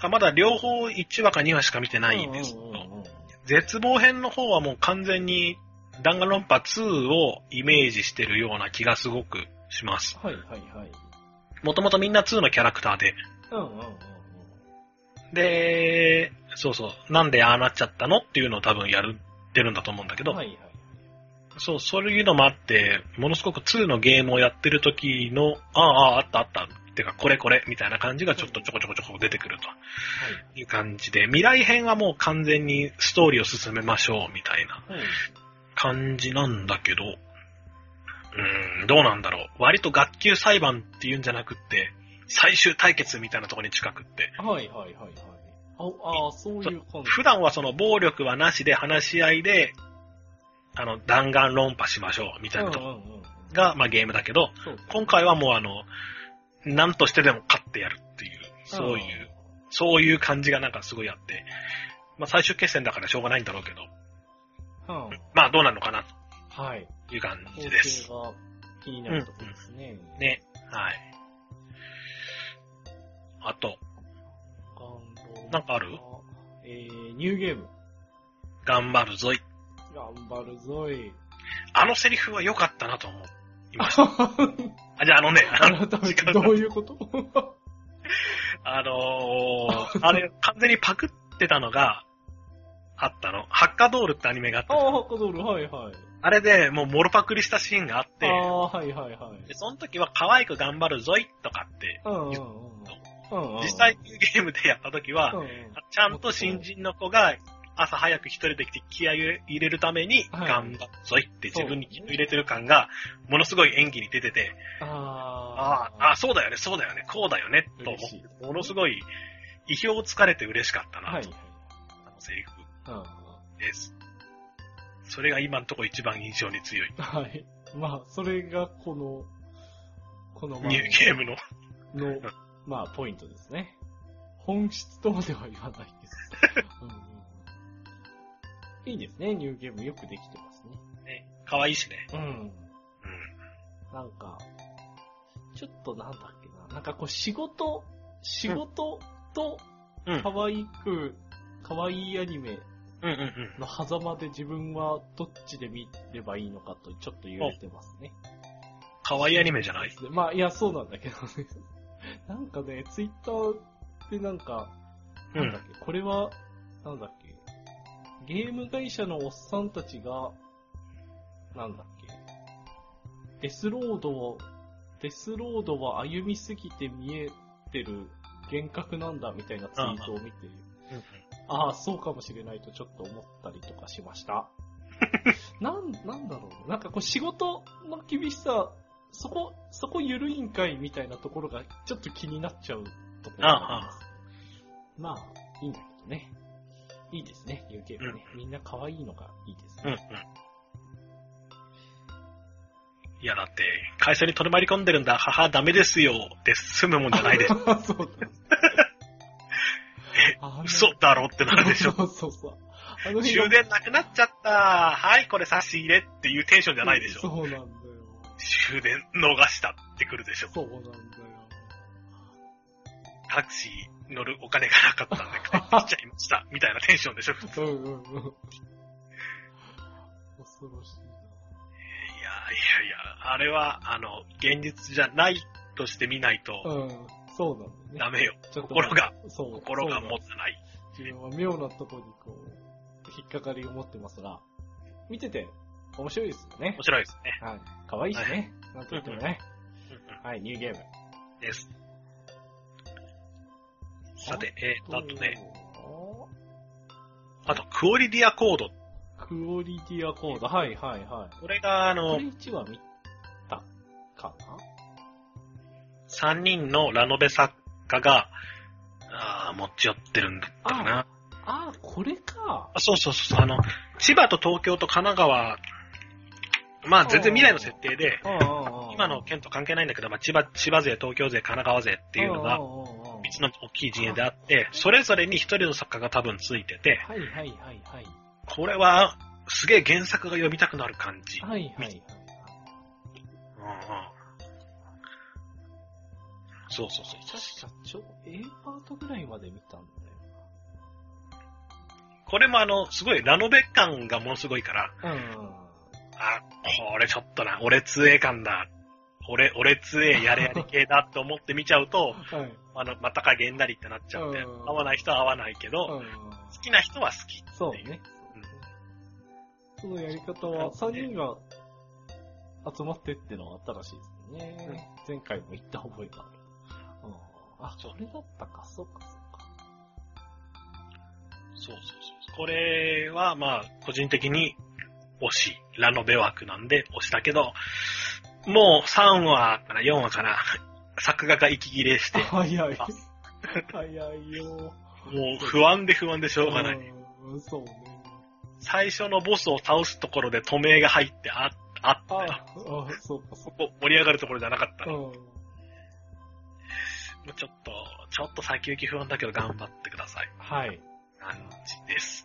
B: あまだ両方1話か2話しか見てないんですけど、
A: うんうんうんうん
B: 絶望編の方はもう完全に弾丸論破2をイメージしてるような気がすごくします。
A: はいはいはい。
B: もともとみんな2のキャラクターで。
A: うんうんうんうん。
B: で、そうそう、なんでああなっちゃったのっていうのを多分やるってるんだと思うんだけど、
A: はいはい。
B: そう、そういうのもあって、ものすごく2のゲームをやってる時の、ああ、ああったあった、ってかこれこれみたいな感じがちょっとちょこちょこちょこ出てくるという感じで、未来編はもう完全にストーリーを進めましょうみたいな
A: はい。はい。
B: 感じなんだけど、うーん、どうなんだろう。割と学級裁判っていうんじゃなくって、最終対決みたいなところに近くって、
A: はいはいはいはい。あ、あーそういう感じ。
B: 普段はその暴力はなしで話し合いで、あの、弾丸論破しましょうみたいなと
A: うん
B: こ
A: うんうん。
B: が、まあゲームだけど、
A: そうですね
B: 今回はもうあの、何としてでも勝ってやるっていう、そういう、そういう感じがなんかすごいあって、まあ最終決戦だからしょうがないんだろうけど、
A: うん。うん。
B: まあどうなのかな
A: はい。
B: という感
A: 構
B: じ
A: 成
B: です。
A: が気になるところですね。
B: ね。はい。あと、
A: ガンロー
B: なんかある
A: えー、ニューゲーム。
B: 頑張るぞい。
A: 頑張るぞい。
B: あのセリフは良かったなと思 いました。あ、じゃああのね、あの、
A: 改めてどういうこと
B: あのー、あれ、完全にパクってたのが、あったの。ハッカドールってアニメがあっ
A: あ
B: た。
A: あ、ハッカドール、はいはい。
B: あれでもうモロパクリしたシーンがあって
A: あ、あ、はいはいはい。
B: で、その時は可愛く頑張るぞいとかって、
A: うんうんうんうんうん。
B: 実際にゲームでやった時
A: うん
B: は、
A: うん、
B: ちゃんと新人の子が朝早く一人で来て気合を入れるために、
A: はい
B: 頑張るぞいって自分に気を入れてる感が、ものすごい演技に出てて、あ
A: あ
B: あ、あ
A: あ、
B: そうだよね、そうだよね、こうだよね、と思
A: 嬉しい
B: って、ものすごい、意表をつかれて嬉しかった
A: は
B: な、
A: い
B: と、あのセリフ
A: はい。
B: です。それが今のところ一番印象に強い。
A: うん、はい。まあ、それがこの、この
B: ニューゲームの。
A: の、まあ、ポイントですね。本質とまでは言わないです。うんうんうんいいですね、ニューゲームよくできてますね。
B: ね、可愛いしね。
A: うん。
B: うん。
A: なんか、ちょっとなんだっけな、なんかこう仕事、仕事と
B: うん
A: 可愛く、可愛いアニメ
B: うんうんうん。
A: の狭間で自分はどっちで見ればいいのかとちょっと揺れてますね。
B: 可愛いアニメじゃない
A: でまあ、いや、そうなんだけどね。なんかね、ツイッターでなんか、
B: う
A: なんだっ
B: ん。
A: け、これは、なんだっけ、ゲーム会社のおっさんたちが、なんだっけ、デスロードを、デスロードは歩みすぎて見えてる幻覚なんだみたいなツイートを見て、
B: うんうん
A: ああ、そうかもしれないとちょっと思ったりとかしました。 なん、なんだろうねなんかこう仕事の厳しさ、そこ、そこ緩いんかいみたいなところがちょっと気になっちゃうところがあります。まあ、いいんだけどね。いいですね、言うゲームね。みんな可愛いのがいいです
B: うんう
A: ね、
B: ん。いや、だって、会社に取り回り込んでるんだ、母ダメですよ、で済むもんじゃないで
A: そうだ。あの
B: 嘘だろってなる でしょ。
A: そうそうそう。あの辺が
B: 終電なくなっちゃった、はい、これ差し入れっていうテンションじゃないでしょ。
A: そうなんだよ。
B: 終電逃したってくるでしょ。
A: そうなんだよ。
B: タクシー乗るお金がなかった んで帰ってきちゃいました、みたいなテンションでしょ。いや
A: うんうんうん。恐ろしい
B: いやいや、あれは、あの、現実じゃないとして見ない
A: な。
B: と
A: うん。そうなんだよ
B: ダ
A: ね。
B: メよ。
A: ちょっと
B: 心が、
A: そう
B: 心が持
A: そう
B: たない。
A: なんです自分は妙なとこにこう、引っかかりを持ってますが、見てて面白いですよね
B: 面。白いですね。
A: はい。可愛いしね。なんと言ってもね。
B: うん
A: はい、ニューゲーム。
B: うんです。さて、えー、と、あとね、あと、クオリディアコード。
A: クオリティアコード。はいはいはい。
B: これが、あ
A: こ
B: の
A: れ、1話見たかな
B: 3人のラノベ作家が、あー持ち寄ってるんだったかな。
A: あー、これか。
B: あそうそうそうそう、あの、千葉と東京と神奈川、まあ、全然未来の設定で、今
A: 今
B: の県と関係ないんだけど、まあ、千葉、千葉勢、東京勢、神奈川勢っていうのが、三つの大きい陣営であって、それぞれに一人の作家が多分ついてて、
A: はいはいはいはい。
B: これは、すげえ原作が読みたくなる感じ。
A: はいはいはい。
B: うんうんそうそうそう。
A: 確か、ちょ、A パートぐらいまで見たん
B: これもあの、すごいラノベ感がものすごいから、
A: だよな。うん。
B: あ、これちょっとな、俺通営感だ。俺、俺通営やれやれ系だって思って見ちゃうと、
A: はい。
B: あの、またかげんなりってなっちゃって、
A: うん
B: 合わない人は合わないけど、好きな人は好きっていう。
A: そうね。そのやり方は、3人が集まってってのは新しいですね。前回も言った覚えがある。うんあ、それだったか、そうか、そうか。
B: そうそうそう。これは、まあ、個人的に推し、ラノベ枠なんで推しだけど、もう3話から4話から、作画が息切れして、
A: 早い
B: あ。
A: 早いよ。
B: もう不安で不安でしょうがない。
A: うん。そうね。
B: 最初のボスを倒すところで止めが入って、あ、あっ
A: あ
B: た。
A: あ、そうか、そう
B: ここ盛り上がるところじゃなかった
A: か。う
B: ね。
A: ん。
B: もうちょっと、ちょっと先行き不安だけど頑張ってください。
A: はい。
B: 感じです。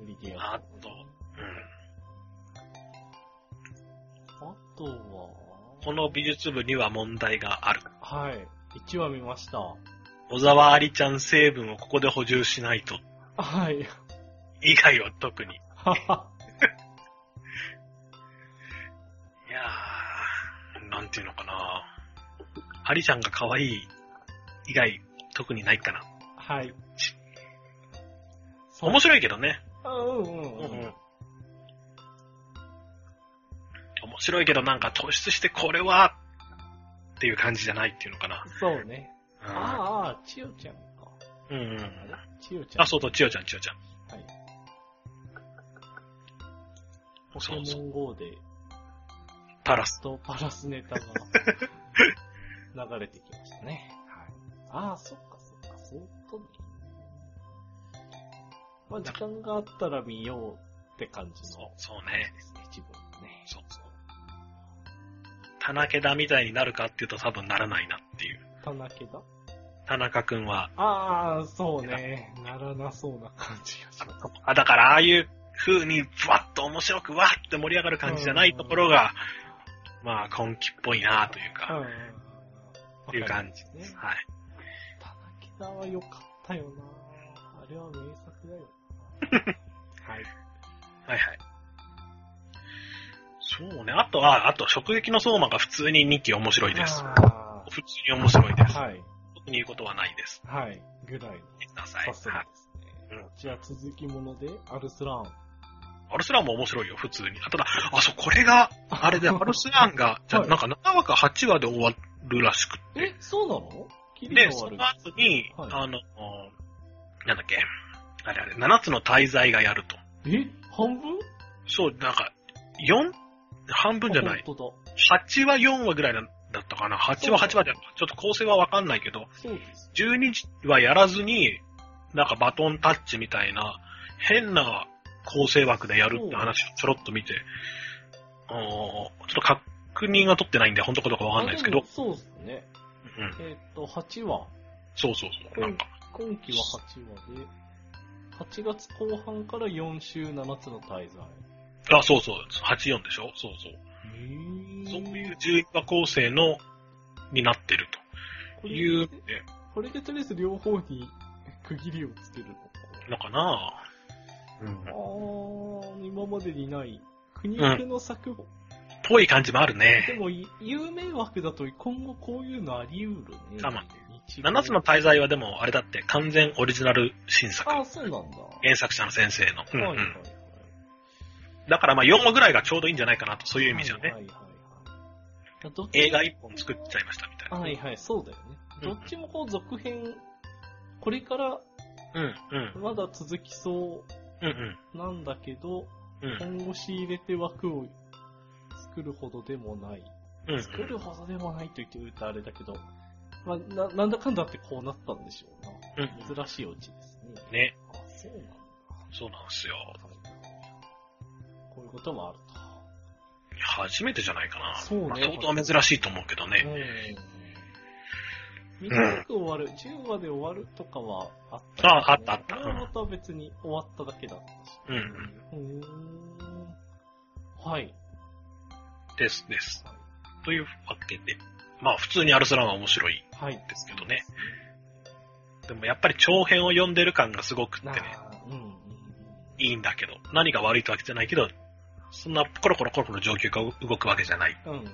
A: 無理ゲー
B: あと、
A: あとは、
B: うん。この美術部には問題がある。
A: はい。1話見ました。
B: 小沢ありちゃん成分をここで補充しないと。
A: はい。
B: 以外は特に。い
A: は は
B: やー、なんていうのかな。ありちゃんが可愛い以外、特にないかな。
A: はい。
B: 面白いけどね。
A: あうんうん
B: う
A: うん。
B: ん面白いけどなんか突出してこれはっていう感じじゃないっていうのかな。
A: そうね。ああ、千代ちゃんか。
B: うん。うんう
A: あ
B: ん。
A: れ千代ちゃん。
B: あ、そうそう、千代ちゃん、千代ちゃん。
A: はい。ポケ
B: そうそ
A: モン GO で、
B: パラス。
A: とパラスネタ が流れてきましたね。はい。ああ、そっかそっか、そういうことね。まあ、時間があったら見ようって感じ
B: そう
A: の、。
B: そうね。
A: ですね、自分はね。
B: そうそう。田中田みたいになるかっていうと多分ならないなっていう。
A: 田中だ
B: 田中くんは。
A: ああ、そうね。ならなそうな感じがします。
B: あ、だからああいう風にふわっと面白くわって盛り上がる感じじゃないところが、まあ今季っぽいなという
A: う
B: か、
A: ん。
B: っていう感じ
A: ね。
B: はい。
A: 田中田は良かったよなあれは名作だよなはい。
B: はいはい。そうね。あとは、あと、直撃の相馬が普通に2期面白いです。
A: あ
B: 普通に面白いで
A: ー
B: す。
A: はい。
B: 特に言うことはないです。
A: はい。ぐらい。
B: 見てください。
A: さすが
B: はい
A: ですね。じゃあ続きもので、アルスラーン。
B: アルスランも面白いよ、普通に。あただ、あ、そう、これが、あれで、アルスランが、じゃあ
A: はい
B: なんか7話か8話で終わるらしくて。
A: え、そうなのキリ
B: で、
A: が
B: そ
A: 終
B: の
A: わ
B: 後に、
A: はい
B: あの、なんだっけ、あれあれ、7つの大罪がやると。
A: る。え半分
B: そう、なんか、4? 半分じゃない。
A: 本当だ。
B: 8話4話ぐらいだったかな。8話8話じゃなくてちょっと構成はわかんないけど、
A: そうです。
B: 12はやらずに、なんかバトンタッチみたいな、変な構成枠でやるって話をちょろっと見て、あのーちょっと確認は取ってないんで、本当かどうかわかんないですけ
A: あ
B: ど
A: も、そうですね。
B: うん、
A: えっ、と、8話。
B: そうそうそう、なんか、
A: 今期は8話で、8月後半から4週7つの滞在。
B: あ、そうそう、84でしょそうそう。そういう11話構成の、になってる
A: ことれ
B: いう
A: で
B: んで、
A: これでとりあえず両方に区切りをつけるの
B: のかなうん。
A: か。あー、今までにない。国役の作法。
B: ぽい感じもある
A: で
B: ね。
A: も、い有名枠だと今後こういうのあり得るね。
B: あまあ
A: 日
B: 7つの滞在はでも、あれだって完全オリジナル新作。
A: あー、そうなんだ。
B: 原作者の先生の。うんうん
A: はいはいはい。
B: だからまあ4話ぐらいがちょうどいいんじゃないかなと、そういう意味じゃね。
A: はいはいはいはい。
B: 映画
A: 一
B: 1本作っちゃいましたみたいな。
A: はいはい、そうだよね。
B: うん
A: どっちもこう続編、これから
B: うん、
A: まだ続きそ
B: うん、うん、
A: うなんだけど、
B: うん、うん、
A: 今後仕入れて枠を作るほどでもない。
B: うんうん。
A: 作るほどでもないと言ってるとあれだけど、まあ、な、なんだかんだってこうなったんでしょうな。
B: うん
A: 珍しいうちですね。
B: ね、
A: あ、そうなんだ。
B: そうなんですよ。
A: こういうこともあると。
B: 初めてじゃないかな。
A: そうね
B: まあ相当珍しいと思うけどね。
A: うん短く終わる、10話で終わるとかはあったけどね、
B: ああったあった
A: これはまた別に終わっただけだったし。
B: う
A: う
B: ん
A: ん。はい。
B: です、です。というわけで、まあ普通にアルスランは面白い
A: はい。
B: ですけどね。でもやっぱり長編を読んでる感がすごくって
A: な
B: ね、
A: あ、うんうんうん。
B: いいんだけど、何が悪いってわけじゃないけど、そんなコロコロコロコロ状況が動くわけじゃない。
A: うん。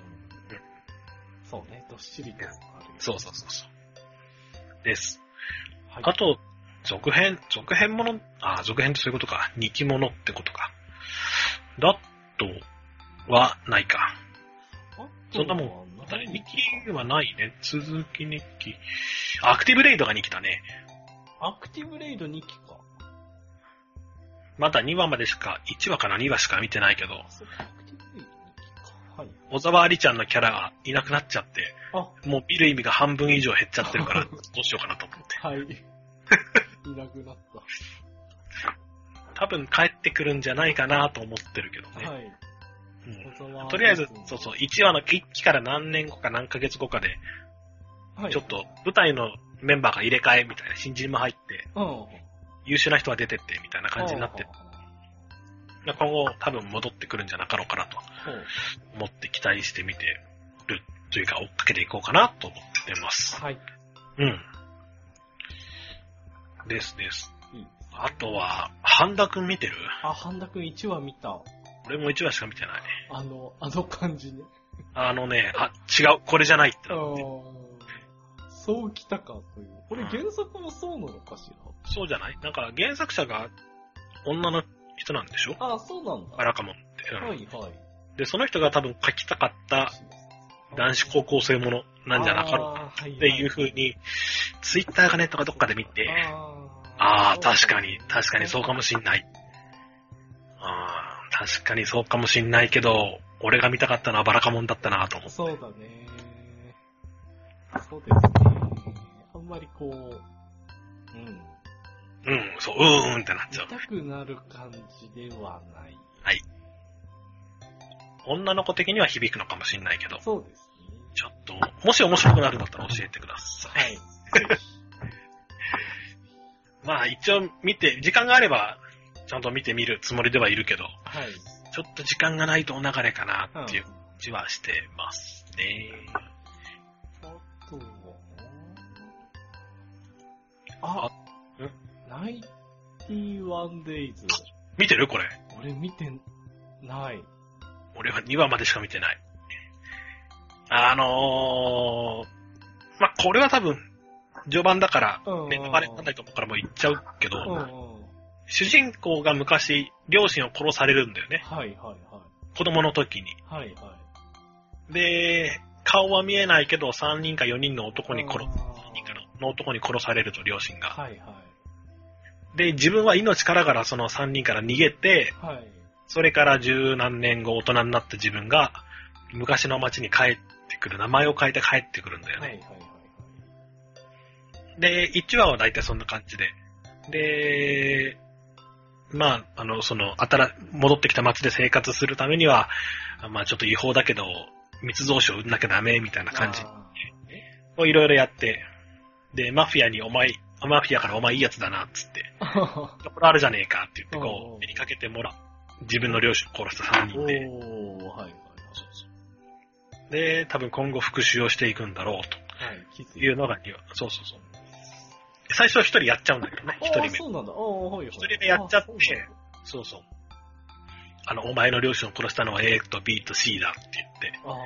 A: そうね、どっしりとある。
B: そうそうそうそう。です。
A: はい。
B: あと、続編、続編もの、あ、続編ってそういうことか。二期ものってことか。だとはないか。
A: あと
B: そんなもん
A: は
B: ま
A: い
B: たね、二期はないね。続き二期。アクティブレイドが二期だね。
A: アクティブレイド2期か。
B: まだ2話までしか、1話かな2話しか見てないけど
A: あ、そうかアクティブレイド2期か。はい。
B: 小沢りちゃんのキャラがいなくなっちゃって、
A: あ、
B: もう見る意味が半分以上減っちゃってるから、どうしようかなと思って。
A: はい。いなくなっ
B: 多分帰ってくるんじゃないかなと思ってるけど
A: た。
B: ね。
A: はい。
B: うん
A: 小沢
B: とりあえず
A: です、
B: そうそう、1話の1期から何年後か何ヶ月後かで、
A: はい
B: ちょっと舞台のメンバーが入れ替えみたいな、新人も入って、
A: うん。
B: 優秀な人は出てってみたいな感じになって
A: ほ、う
B: 今後多分戻ってくるんじゃなかろうかなと
A: ほうほう
B: 思って期待して見てるというか追っかけていこうかなと思ってます。
A: はい。
B: うん。ですです。
A: いいです
B: あとは、半田くん見てる
A: あ、半田くん1話見た。
B: 俺も1話しか見てない。
A: あの、あの感じね。
B: あのね、あ、違う、これじゃないって
A: あ
B: なって。
A: ーそうきたかという。これ原作もそうなのかし
B: そうじゃないなんか原作者が女の人なんでしょ
A: ら。あ、そうなんだ。
B: あらかもって、うん
A: はいはい。
B: で、その人が多分書きたかった男子高校生ものなんじゃなかろうか
A: あーはい
B: っていう風に、ツイッターがねとかどっかで見て、
A: あ
B: あー確かに確かにそうかもしんない。あー確かにそうかもしんないけど、俺が見たかったのはバラカモンだったなと思って。
A: そうだね。そうですね。あんまりこう、うん。
B: うん、そう、うーんってなっ
A: 見
B: ちゃう。
A: たくなる感じではない。
B: 女の子的には響くのかもしんないけど、
A: そうですね。
B: ちょっと、もし面白くなるんだったら教えてください。
A: はい。
B: まあ一応見て、時間があれば、ちゃんと見てみるつもりではいるけど、
A: はい。
B: ちょっと時間がないとお流れかな
A: うん
B: っていう感じはしてますね。
A: あとは、あ、
B: ん
A: ない21 days。
B: 見てるこれ。
A: 俺見てない。
B: 俺は2話までしか見てない。あのー、まあ、これは多分、序盤だから、
A: うんうんうん
B: ネタバレになんないと思うからもう言っちゃうけど、
A: うんうん。
B: 主人公が昔、両親を殺されるんだよね。
A: はいはいは
B: 子供の時に。
A: い。はいは
B: で、顔は見えないけど、3人か4人の男
A: い。
B: に殺、
A: あ
B: 3
A: ー
B: 人かの男に殺されると、両親が。
A: はいは
B: で、自分は命からがらその3人から逃げて、
A: い。はい。
B: それから十何年後大人になった自分が、昔の町に帰ってくる、名前を変えて帰ってくるんだよ
A: はいはい
B: ね。
A: はいはい。
B: で、1話は大体そんな感じで。で、まあ、あの、その、新、戻ってきた町で生活するためには、まあちょっと違法だけど、密造酒を売んなきゃダメ、みたいな感じ
A: あ
B: をいろいろやって、で、マフィアにお前、マフィアからお前いいやつだな、っつって、
A: ー。
B: これあるじゃねえか、って言って、
A: おうお
B: こ
A: う
B: う、目にかけてもらう。自分の両親を殺した3人で。
A: おー、はいはいはい。
B: で、多分今後復讐をしていくんだろう
A: はい、きつ
B: というのが2話。そうそうそう。最初は1人やっちゃうんだけどね、1人目
A: あ。そうなんだ。おーはいはい。
B: 一人目やっちゃって
A: あそうなんだ
B: そうそう。あの、お前の両親を殺したのは A と B と C だって言って、
A: ああ、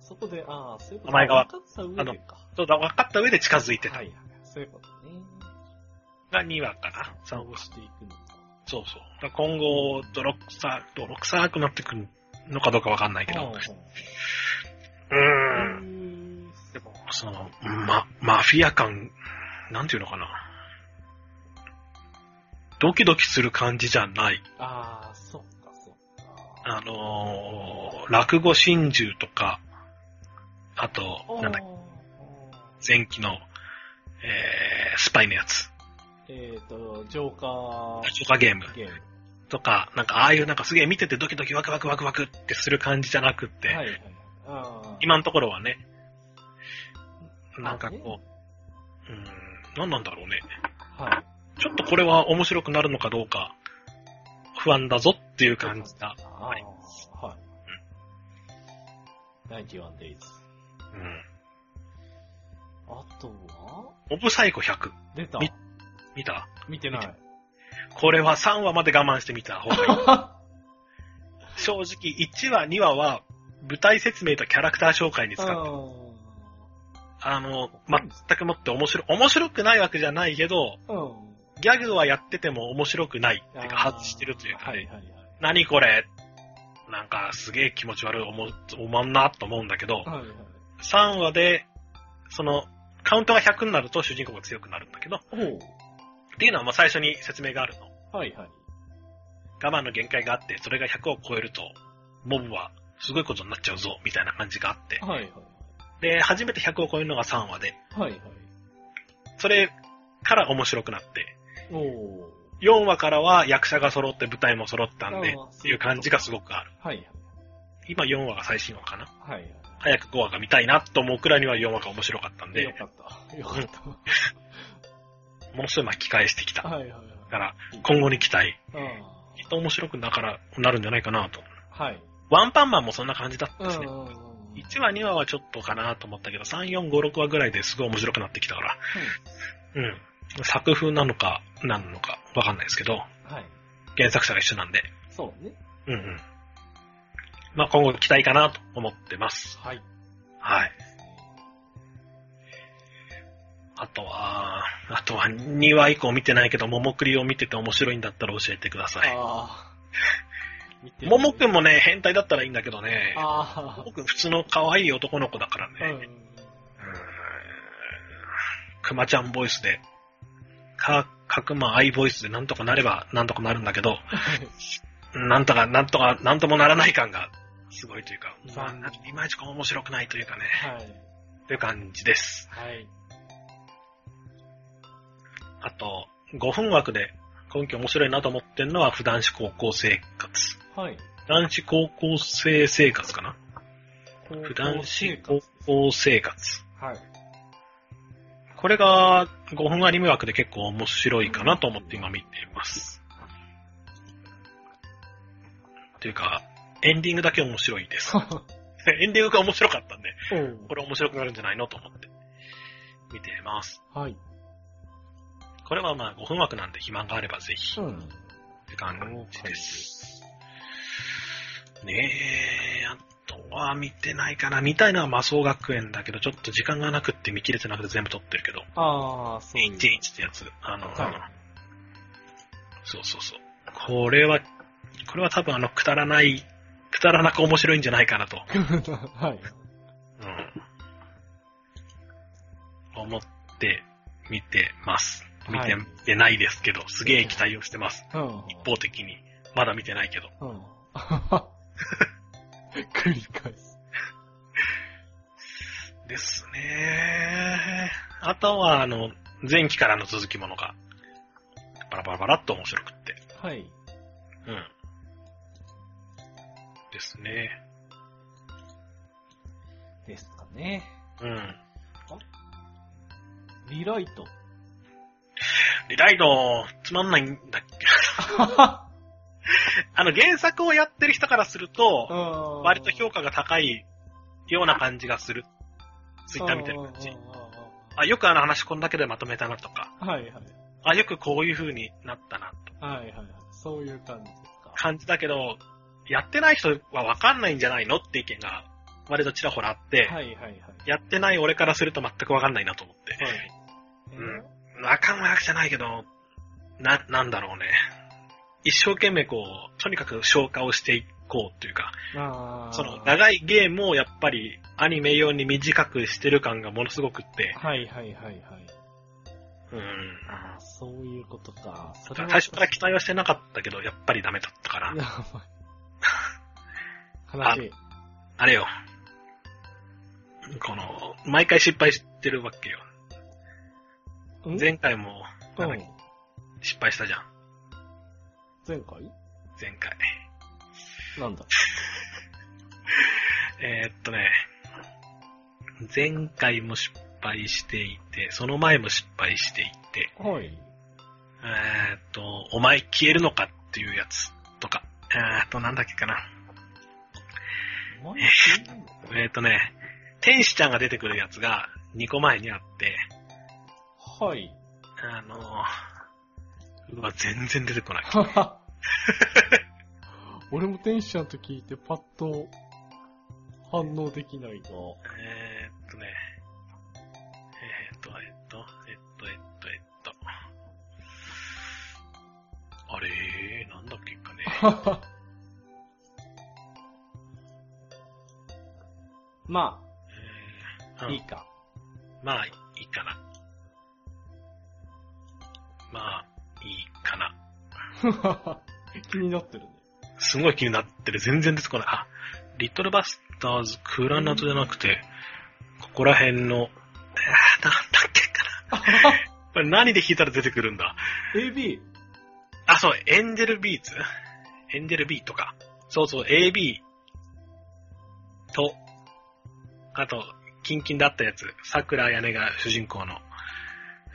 A: そこで、ああ、そういうこと
B: お前が
A: 分かった上でか。
B: そうだ、分かった上で近づいてた
A: はいはい。そういうことね。
B: が2話かな。三話
A: 倒していくのか。
B: そうそう。だから今後、泥臭、泥臭くなってくるのかどうか分かんないけど。
A: あー
B: うーん。
A: うん
B: でも、その、ま、マフィア感、なんていうのかな。ドキドキする感じじゃない。
A: ああ、そっかそっか。
B: あのー落語真珠とか、あと、なんだっけ前期の、えー、スパイのやつ。
A: えっと、ジョーカー
B: とかゲーム
A: ゲーム。
B: とか、なんかああいうなんかすげえ見ててドキドキワクワクワクワクってする感じじゃなくって、
A: はいはい。あー
B: 今のところはね、なんかこう、うーん、何なんだろうね。
A: はい。
B: ちょっとこれは面白くなるのかどうか、不安だぞっていう感じだ。
A: あ
B: はい
A: あ、はい。91 days。
B: うん。
A: あとは
B: オブサイコ100。
A: 出た
B: み見た
A: 見てない。
B: これは3話まで我慢してみた方がいい。正直、1話、2話は、舞台説明とキャラクター紹介に使って
A: うん
B: あの、全くもって面白い、面白くないわけじゃないけど、
A: うん。
B: ギャグはやってても面白くないっていうか、
A: あー
B: 外してるというか
A: はい
B: ね、
A: はいはい。
B: 何これなんかすげえ気持ち悪い思う、思わんなと思うんだけど、
A: はいはい。
B: 3話で、その、カウントが100になると主人公が強くなるんだけど、
A: おう
B: っていうのはまあ最初に説明があるの。
A: はいはい。
B: 我慢の限界があって、それが100を超えると、モブはすごいことになっちゃうぞ、みたいな感じがあって。
A: はいはい。
B: で、初めて100を超えるのが3話で、
A: はいはい。
B: それから面白くなって、
A: おお。
B: 4話からは役者が揃って舞台も揃ったん
A: あ
B: で
A: ー、
B: っていう感じがすごくある。
A: はいはい。
B: 今4話が最新話かな。
A: はいはい。
B: 早く5話が見たいなと思うくらいには4話が面白かったん
A: よ
B: で、
A: かった。よかっ
B: ものすごい巻き返してきた。
A: た。
B: だ
A: はいはいは
B: から、今後に期待。
A: い。うん
B: きっと面白くだからなるんじゃないかなと。
A: はい。
B: ワンパンマンもそんな感じだった
A: うん
B: ですね。
A: うんうん。
B: 1話、2話はちょっとかなと思ったけど、3、4、5、6話ぐらいですごい面白くなってきたから、うん。作風なのか、何なのか、わかんないですけど、
A: はい。
B: 原作者が一緒なんで、
A: そうね。
B: うんうん。まあ今後期待かなと思ってます。
A: はい。
B: はい。あとは、あとは2話以降見てないけど、ももくりを見てて面白いんだったら教えてください。
A: ああ。見てる
B: ももくんもね、変態だったらいいんだけどね、も
A: あ
B: もくん普通の可愛い男の子だからね
A: あ。う、ん。
B: うーんくまちゃんボイスで、か、かくまアイボイスでなんとかなればなんとかなるんだけど、なんとか、なんとか、なんともならない感がすごいというか、まあ、なんかいまいちこう面白くないというかね、
A: はい。
B: という感じです。
A: はい。
B: あと、5分枠で今期面白いなと思ってるのは、普段子高校生活。
A: はい。
B: 男子高校生生活かな普
A: 普
B: 段子高校生活。
A: はい。
B: これが5分アニメ枠で結構面白いかなと思って今見ています。というか、エンディングだけ面白いです。 エンディングが面白かったんで、 これ面白くなるんじゃないのと思って見ています。
A: はい。
B: これはまあ5分枠なんで暇があればぜひ、
A: う
B: っ
A: ん。
B: て感じです。ねえ、あとは見てないかな。見たいのは魔装学園だけど、ちょっと時間がなくって見切れてなくて全部撮ってるけど、
A: ああ、そういう。
B: 1.1ってやつ。あの、
A: は
B: そうそうそう。これは、これは多分あの、くだらない、くだらなく面白いんじゃないかなと。
A: はい。
B: うん。思って見てます。見
A: は
B: て
A: い
B: 見てないですけど、すげえ期待をしてます。
A: うん。
B: 一方的に。まだ見てないけど。
A: うん。繰り返す。
B: ですねあとは、あの、前期からの続きものが、バラバラバラっと面白くって。
A: はい。
B: うん。ですね。
A: ですかね。
B: うん。
A: リライト。
B: リライド、つまんないんだっけ
A: あ
B: あの、原作をやってる人からすると、
A: あ
B: 割と評価が高いような感じがする。ツイッターみたいな感じ
A: うん。うんうんうん
B: あ、よくあの話こんだけでまとめたなとか、
A: はいはい。
B: あ、よくこういう風になったなと
A: はいはいはい。そういう感じですか。
B: 感じだけど、やってない人はわかんないんじゃないのって意見が割とちらほらあって、
A: はいはいはい。
B: やってない俺からすると全くわかんないなと思って。
A: そうですね
B: うんわかんないわけじゃないけど、な、なんだろうね。一生懸命こう、とにかく消化をしていこうというか、
A: あー
B: その長いゲームをやっぱりアニメ用に短くしてる感がものすごくって、
A: はいはいはいはい。
B: うん。
A: ああ、そういうことか。そ
B: 最初から期待はしてなかったけど、やっぱりダメだったから
A: い。やばい。悲しい。
B: あれよ。この、毎回失敗してるわけよ。
A: ん
B: 前回も
A: う
B: なんんだっけ失敗したじゃん。
A: 前回
B: 前回。
A: なんだ
B: えーっとね、前回も失敗していて、その前も失敗していて、
A: はい。
B: えーっと、お前消えるのかっていうやつとか、えーっと、なんだっけかな。
A: お前
B: えーっとね、天使ちゃんが出てくるやつが2個前にあって、
A: はい。
B: あのー、うわ、全然出てこない。
A: はは 俺も天使ちゃんと聞いてパッと反応できないな。
B: えー、っとね、えー、っと、えっと、えっと、えっと、えっと。あれー、なんだっけかね。
A: ま
B: え
A: あ、
B: ー
A: いいか。
B: うんまあ、いいかな。まあ、いいかな。
A: 気になってるね。
B: すごい気になってる。全然出てこない。あ、リトルバスターズ、クーラナトじゃなくて、ここら辺の、あーなんだっけかな。これ何で弾いたら出てくるんだ
A: AB。
B: あ、そう、エンジェルビーツエンジェルビーとか。そうそう、AB と、あと、キンキンだったやつ、桜屋根が主人公の、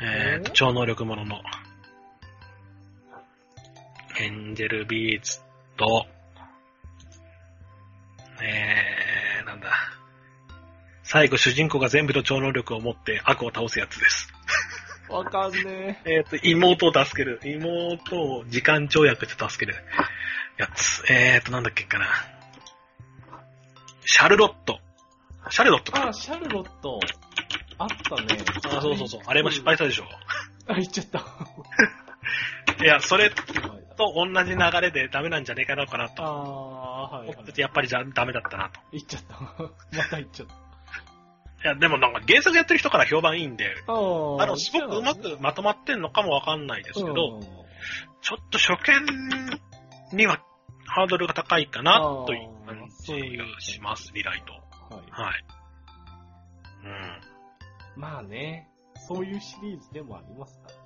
B: えーと、
A: お
B: 超能力者の、エンジェルビーツと、えー、なんだ。最後、主人公が全部の超能力を持って悪を倒すやつです。
A: わかんね
B: えっ、と、妹を助ける。妹を時間跳躍して助けるやつ。えっ、と、なんだっけかな。シャルロット。シャルロット
A: え。あ、
B: か。
A: シャルロット。あったね。
B: あそうそうそう。あれも失敗したでしょ。
A: あ、言っちゃ った。
B: いや、それと同じ流れでダメなんじゃねえかなかな
A: あ
B: と。
A: あ、はい、
B: 思
A: は
B: ってて、
A: い。
B: やっぱりじゃダメだったなと。
A: 言っちゃった。 また言っちゃった。
B: いや、でもなんか原作やってる人から評判いいんで、
A: ああ
B: あの、すごくうまくまとまってんのかもわかんないですけど、
A: うん
B: ちょっと初見にはハードルが高いかなという感じがします、リライト。
A: はい、
B: はい。うん。
A: まあね、そういうシリーズでもありますからね。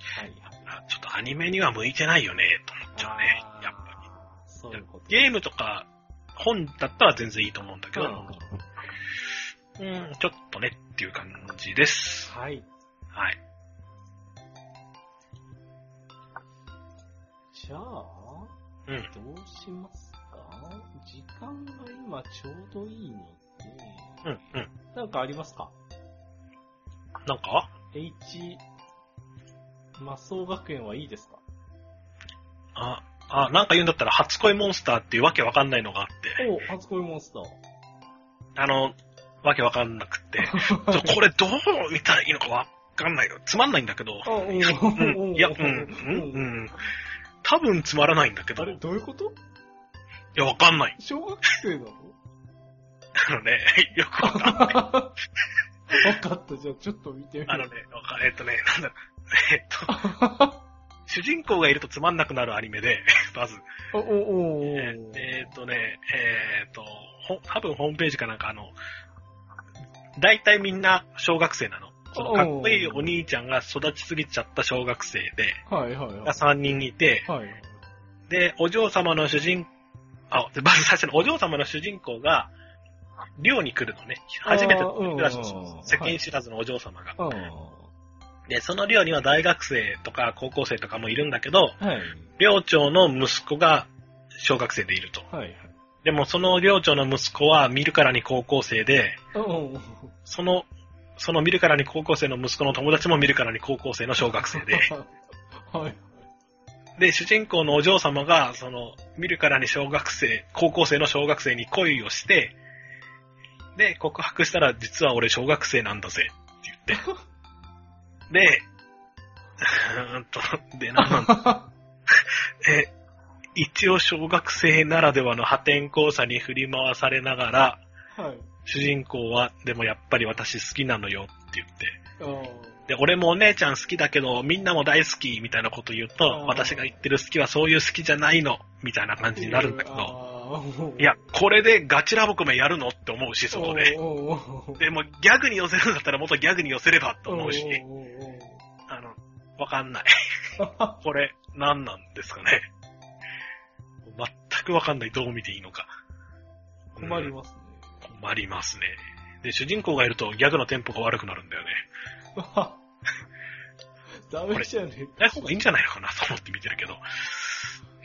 A: はいはい。
B: あちょっとアニメには向いてないよね、と思っちゃうね。
A: あー
B: やっぱり。
A: そういうこと。
B: ゲームとか本だったら全然いいと思うんだけど、
A: うん
B: うん、ちょっとねっていう感じです。
A: はい。
B: はい。
A: じゃあ、
B: うん。
A: どうしますか時間が今ちょうどいいので、
B: うん、うん。
A: なんかありますか
B: なんか
A: H、マスオ学園はいいですか
B: あ、あ、なんか言うんだったら、初恋モンスターっていうわけわかんないのがあって、
A: お初恋モンスター。
B: あの、わけわかんなくて、 そう これどう見たらいいのかわかんないよ。つまんないんだけど、
A: あ、おい
B: うん、いや、うん、うん、うん。多分つまらないんだけど、
A: あれ、
B: い
A: どういうこと
B: や、わかんない。
A: 小学生なの
B: あのね、 よくわかんない。
A: わかった、じゃあちょっと見てみ
B: あの
A: る。
B: ね、わかえっとね、なんだろう、えっと、主人公がいるとつまんなくなるアニメで、 まず、
A: おおお
B: えーえーっとね、えーっと、ほ多分ホームページかなんかあの、大体みんな小学生なの。そのかっこいいお兄ちゃんが育ちすぎちゃった小学生で、
A: はいはいはい。
B: 3人いて、
A: はい。
B: で、お嬢様の主人、あ、まず最初のお嬢様の主人公が、寮に来るのね。初めて
A: あーうん
B: 暮らしの
A: うん
B: 世間知らずのお嬢様が。
A: あ
B: で、その寮には大学生とか高校生とかもいるんだけど、
A: あ。はい。
B: 寮長の息子が小学生でいると。
A: はい。
B: でもその寮長の息子は見るからに高校生で、
A: おお
B: その、その見るからに高校生の息子の友達も見るからに高校生の小学生 で、
A: はい。
B: で、主人公のお嬢様が、その、見るからに小学生、高校生の小学生に恋をして、で、告白したら、実は俺小学生なんだぜ、って言って。で、 うーんと、で、 なんなんえ、一応小学生ならではの破天荒さに振り回されながら、
A: はい。
B: 主人公は、でもやっぱり私好きなのよって言って。
A: あ
B: で、俺もお姉ちゃん好きだけど、みんなも大好きみたいなこと言うと
A: あー、
B: 私が言ってる好きはそういう好きじゃないの、みたいな感
A: あ。
B: じになるんだけど、
A: あー
B: いや、、これでガチラボコメやるのって思うし、そこで。
A: おおおお
B: でも、ギャグに寄せるんだったらもっとギャグに寄せればと思うし、
A: おおおお
B: あの、わかんない。これ、何なんですかね。全くわかんない。どう見ていいのか。
A: 困りま
B: ま
A: すね。
B: す。困りますね。で、主人公がいるとギャグのテンポが悪くなるんだよね。
A: ダメじゃね
B: ない方がいいんじゃないのかなと思って見てるけど。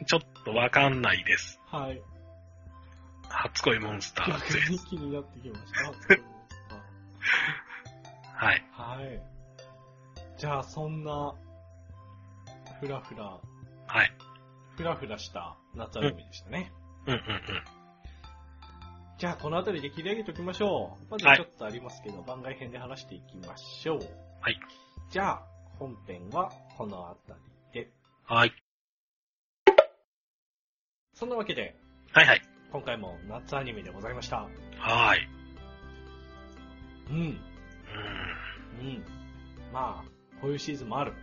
B: ちょっとわかんないです。
A: え。はい。
B: 初恋モンスターです。
A: 逆に気になってきま した。
B: はい。
A: はい。じゃあ、そんな、ふらふら、
B: はい。
A: ふらふらした夏アニメでしたね。
B: うんうんうん。
A: じゃあ、この辺りで切り上げておきましょう。まずちょっとありますけど、番外編で話していきましょう。
B: はい。
A: じゃあ、本編はこの辺りで。
B: はい。
A: そんなわけで、
B: はいはい。
A: 今回も夏アニメでございました。
B: は
A: う
B: ーい。
A: ん。
B: う
A: うん。まあ、こういうシーズンもある。
B: ん。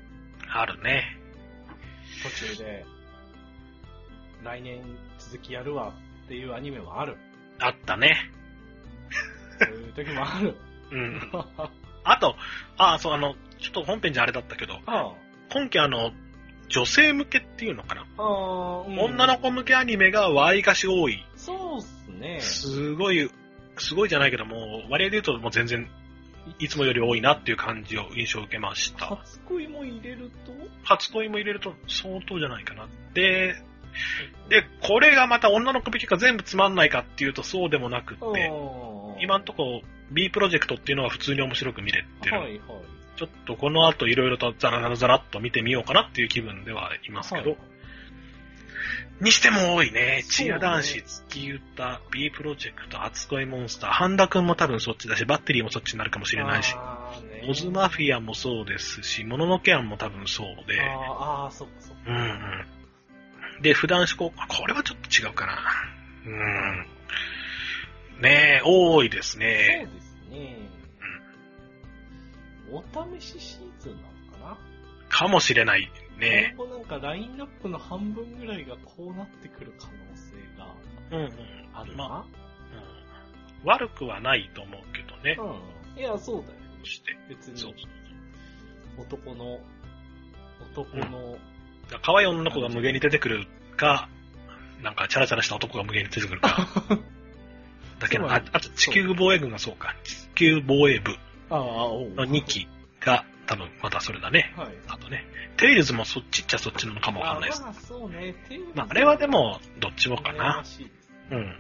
B: あるね。
A: 途中で、来年続きやるわっていうアニメもある。
B: あったね。
A: そういう時も ある。
B: うん。あと、あ、そう、あの、ちょっと本編じゃあれだったけど、
A: あ
B: 今期あの、女性向けっていうのかな、
A: あ、ああ、うん
B: 女の子向けアニメがわいがし多い。
A: そうっすね。
B: すごい、すごいじゃないけども、割合で言うともう全然、いつもより多いなっていう感じを、印象を受けました。
A: 初恋も入れると
B: 初恋も入れると相当じゃないかな。で、で、これがまた女の子向けが全部つまんないかっていうとそうでもなくって、
A: うん
B: 今んとこ B プロジェクトっていうのは普通に面白く見れてる。
A: はいはい。
B: ちょっとこの後いろいろとザラザラザラっと見てみようかなっていう気分ではいますけど、
A: はい
B: にしても多いね。
A: そうね
B: チア男子、月歌、B プロジェクト、初恋モンスター、半田くんも多分そっちだし、バッテリーもそっちになるかもしれないし、
A: あーね
B: オズマフィアもそうですし、もののけやんも多分そうで、
A: あーあー、そっかそっか。
B: うんうん。で、普段思考、あこれはちょっと違うかな。うん。ねえ、多いですね。
A: そうですね。お試しシーズンなのかな
B: かもしれないね。
A: 今後なんかラインナップの半分ぐらいがこうなってくる可能性が
B: うんうん。
A: あるな。
B: まうん悪くはないと思うけどね。
A: うん。いや、そうだよ。
B: して。
A: 別
B: そう
A: に男の、男 の、
B: だから可愛い女の子が無限に出てくるか、なんかチャラチャラした男が無限に出てくるか。だけど、ああと地球防衛軍がそうか。地球防衛部
A: ああ、おう
B: の2。期が多分またそれだね。
A: はい。
B: あとね、テイルズもそっちっちゃそっちなのかもわかんないです
A: あ。まあ、そうね。
B: まあ、あれはで
A: も、
B: も、どっちもかな。うん。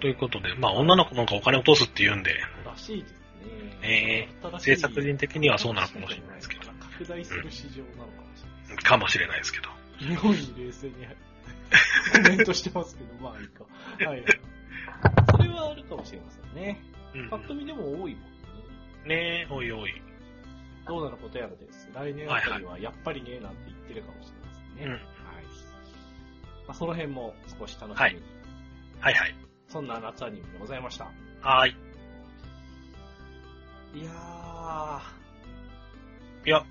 B: ということで、まあ、女の子なんかお金を落とすって言うんで、
A: らしいです。らしいですね
B: ね。
A: 新しい
B: 制作人的にはそうなのかもしれないですけど。
A: 拡大する市場なのかもしれないです
B: かもしれないですけど。
A: 日本に冷静にコメントしてますけど、まあいいか。はい。それはあるかもしれませんね。
B: うん
A: パッと見でも多いもんね。
B: ねえ、おいおい。
A: どうなることやらです。来年あたりはやっぱりね、なんて言ってるかもしれませんね。
B: うん
A: はい。まあ、その辺も少し楽しみに。
B: はいはいはい。
A: そんな夏アニメでございました。
B: はーい。
A: いやー、
B: いや、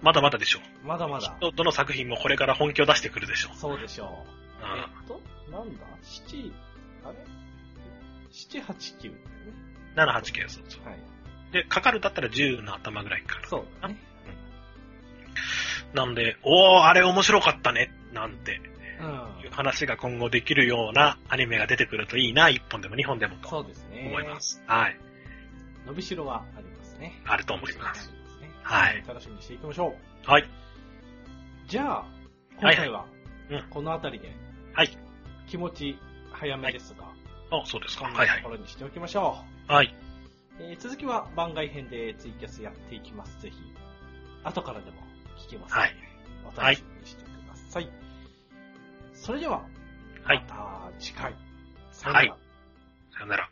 B: まだまだでしょう。
A: まだまだ。
B: どどの作品もこれから本気を出してくるでしょう。
A: そうでしょう。え
B: あ
A: っと、なんだ ?7、あれ ?7、8、9だよね。
B: あ7、8、9、そうそう。
A: はい。
B: で、かかるだったら10の頭ぐらいかかる。
A: そうだね。
B: なんで、おー、あれ面白かったね、なんて
A: うん
B: いう。話が今後できるようなアニメが出てくるといいな、1本でも2本でもと
A: そうですね。
B: 思いま。す。はい。
A: 伸びしろはありますね。
B: あると思います。
A: 伸びしろありますね
B: はい。
A: 楽しみにしていきましょう。
B: はい。
A: じゃあ、今
B: はい
A: 回は
B: うん、
A: この辺りで、
B: はい。
A: 気持ち早めですが、
B: あ、そうですか。
A: こんな
B: は
A: い
B: は
A: と
B: い
A: こ。ろにしておきましょ
B: はい。
A: う。えー続きは番外編でツイキャスやっていきます。ぜひ、後からでも聞けますので
B: はい、
A: お楽しみにしてください。それでは、
B: はい。
A: また次回、さよなら。
B: はいさよなら。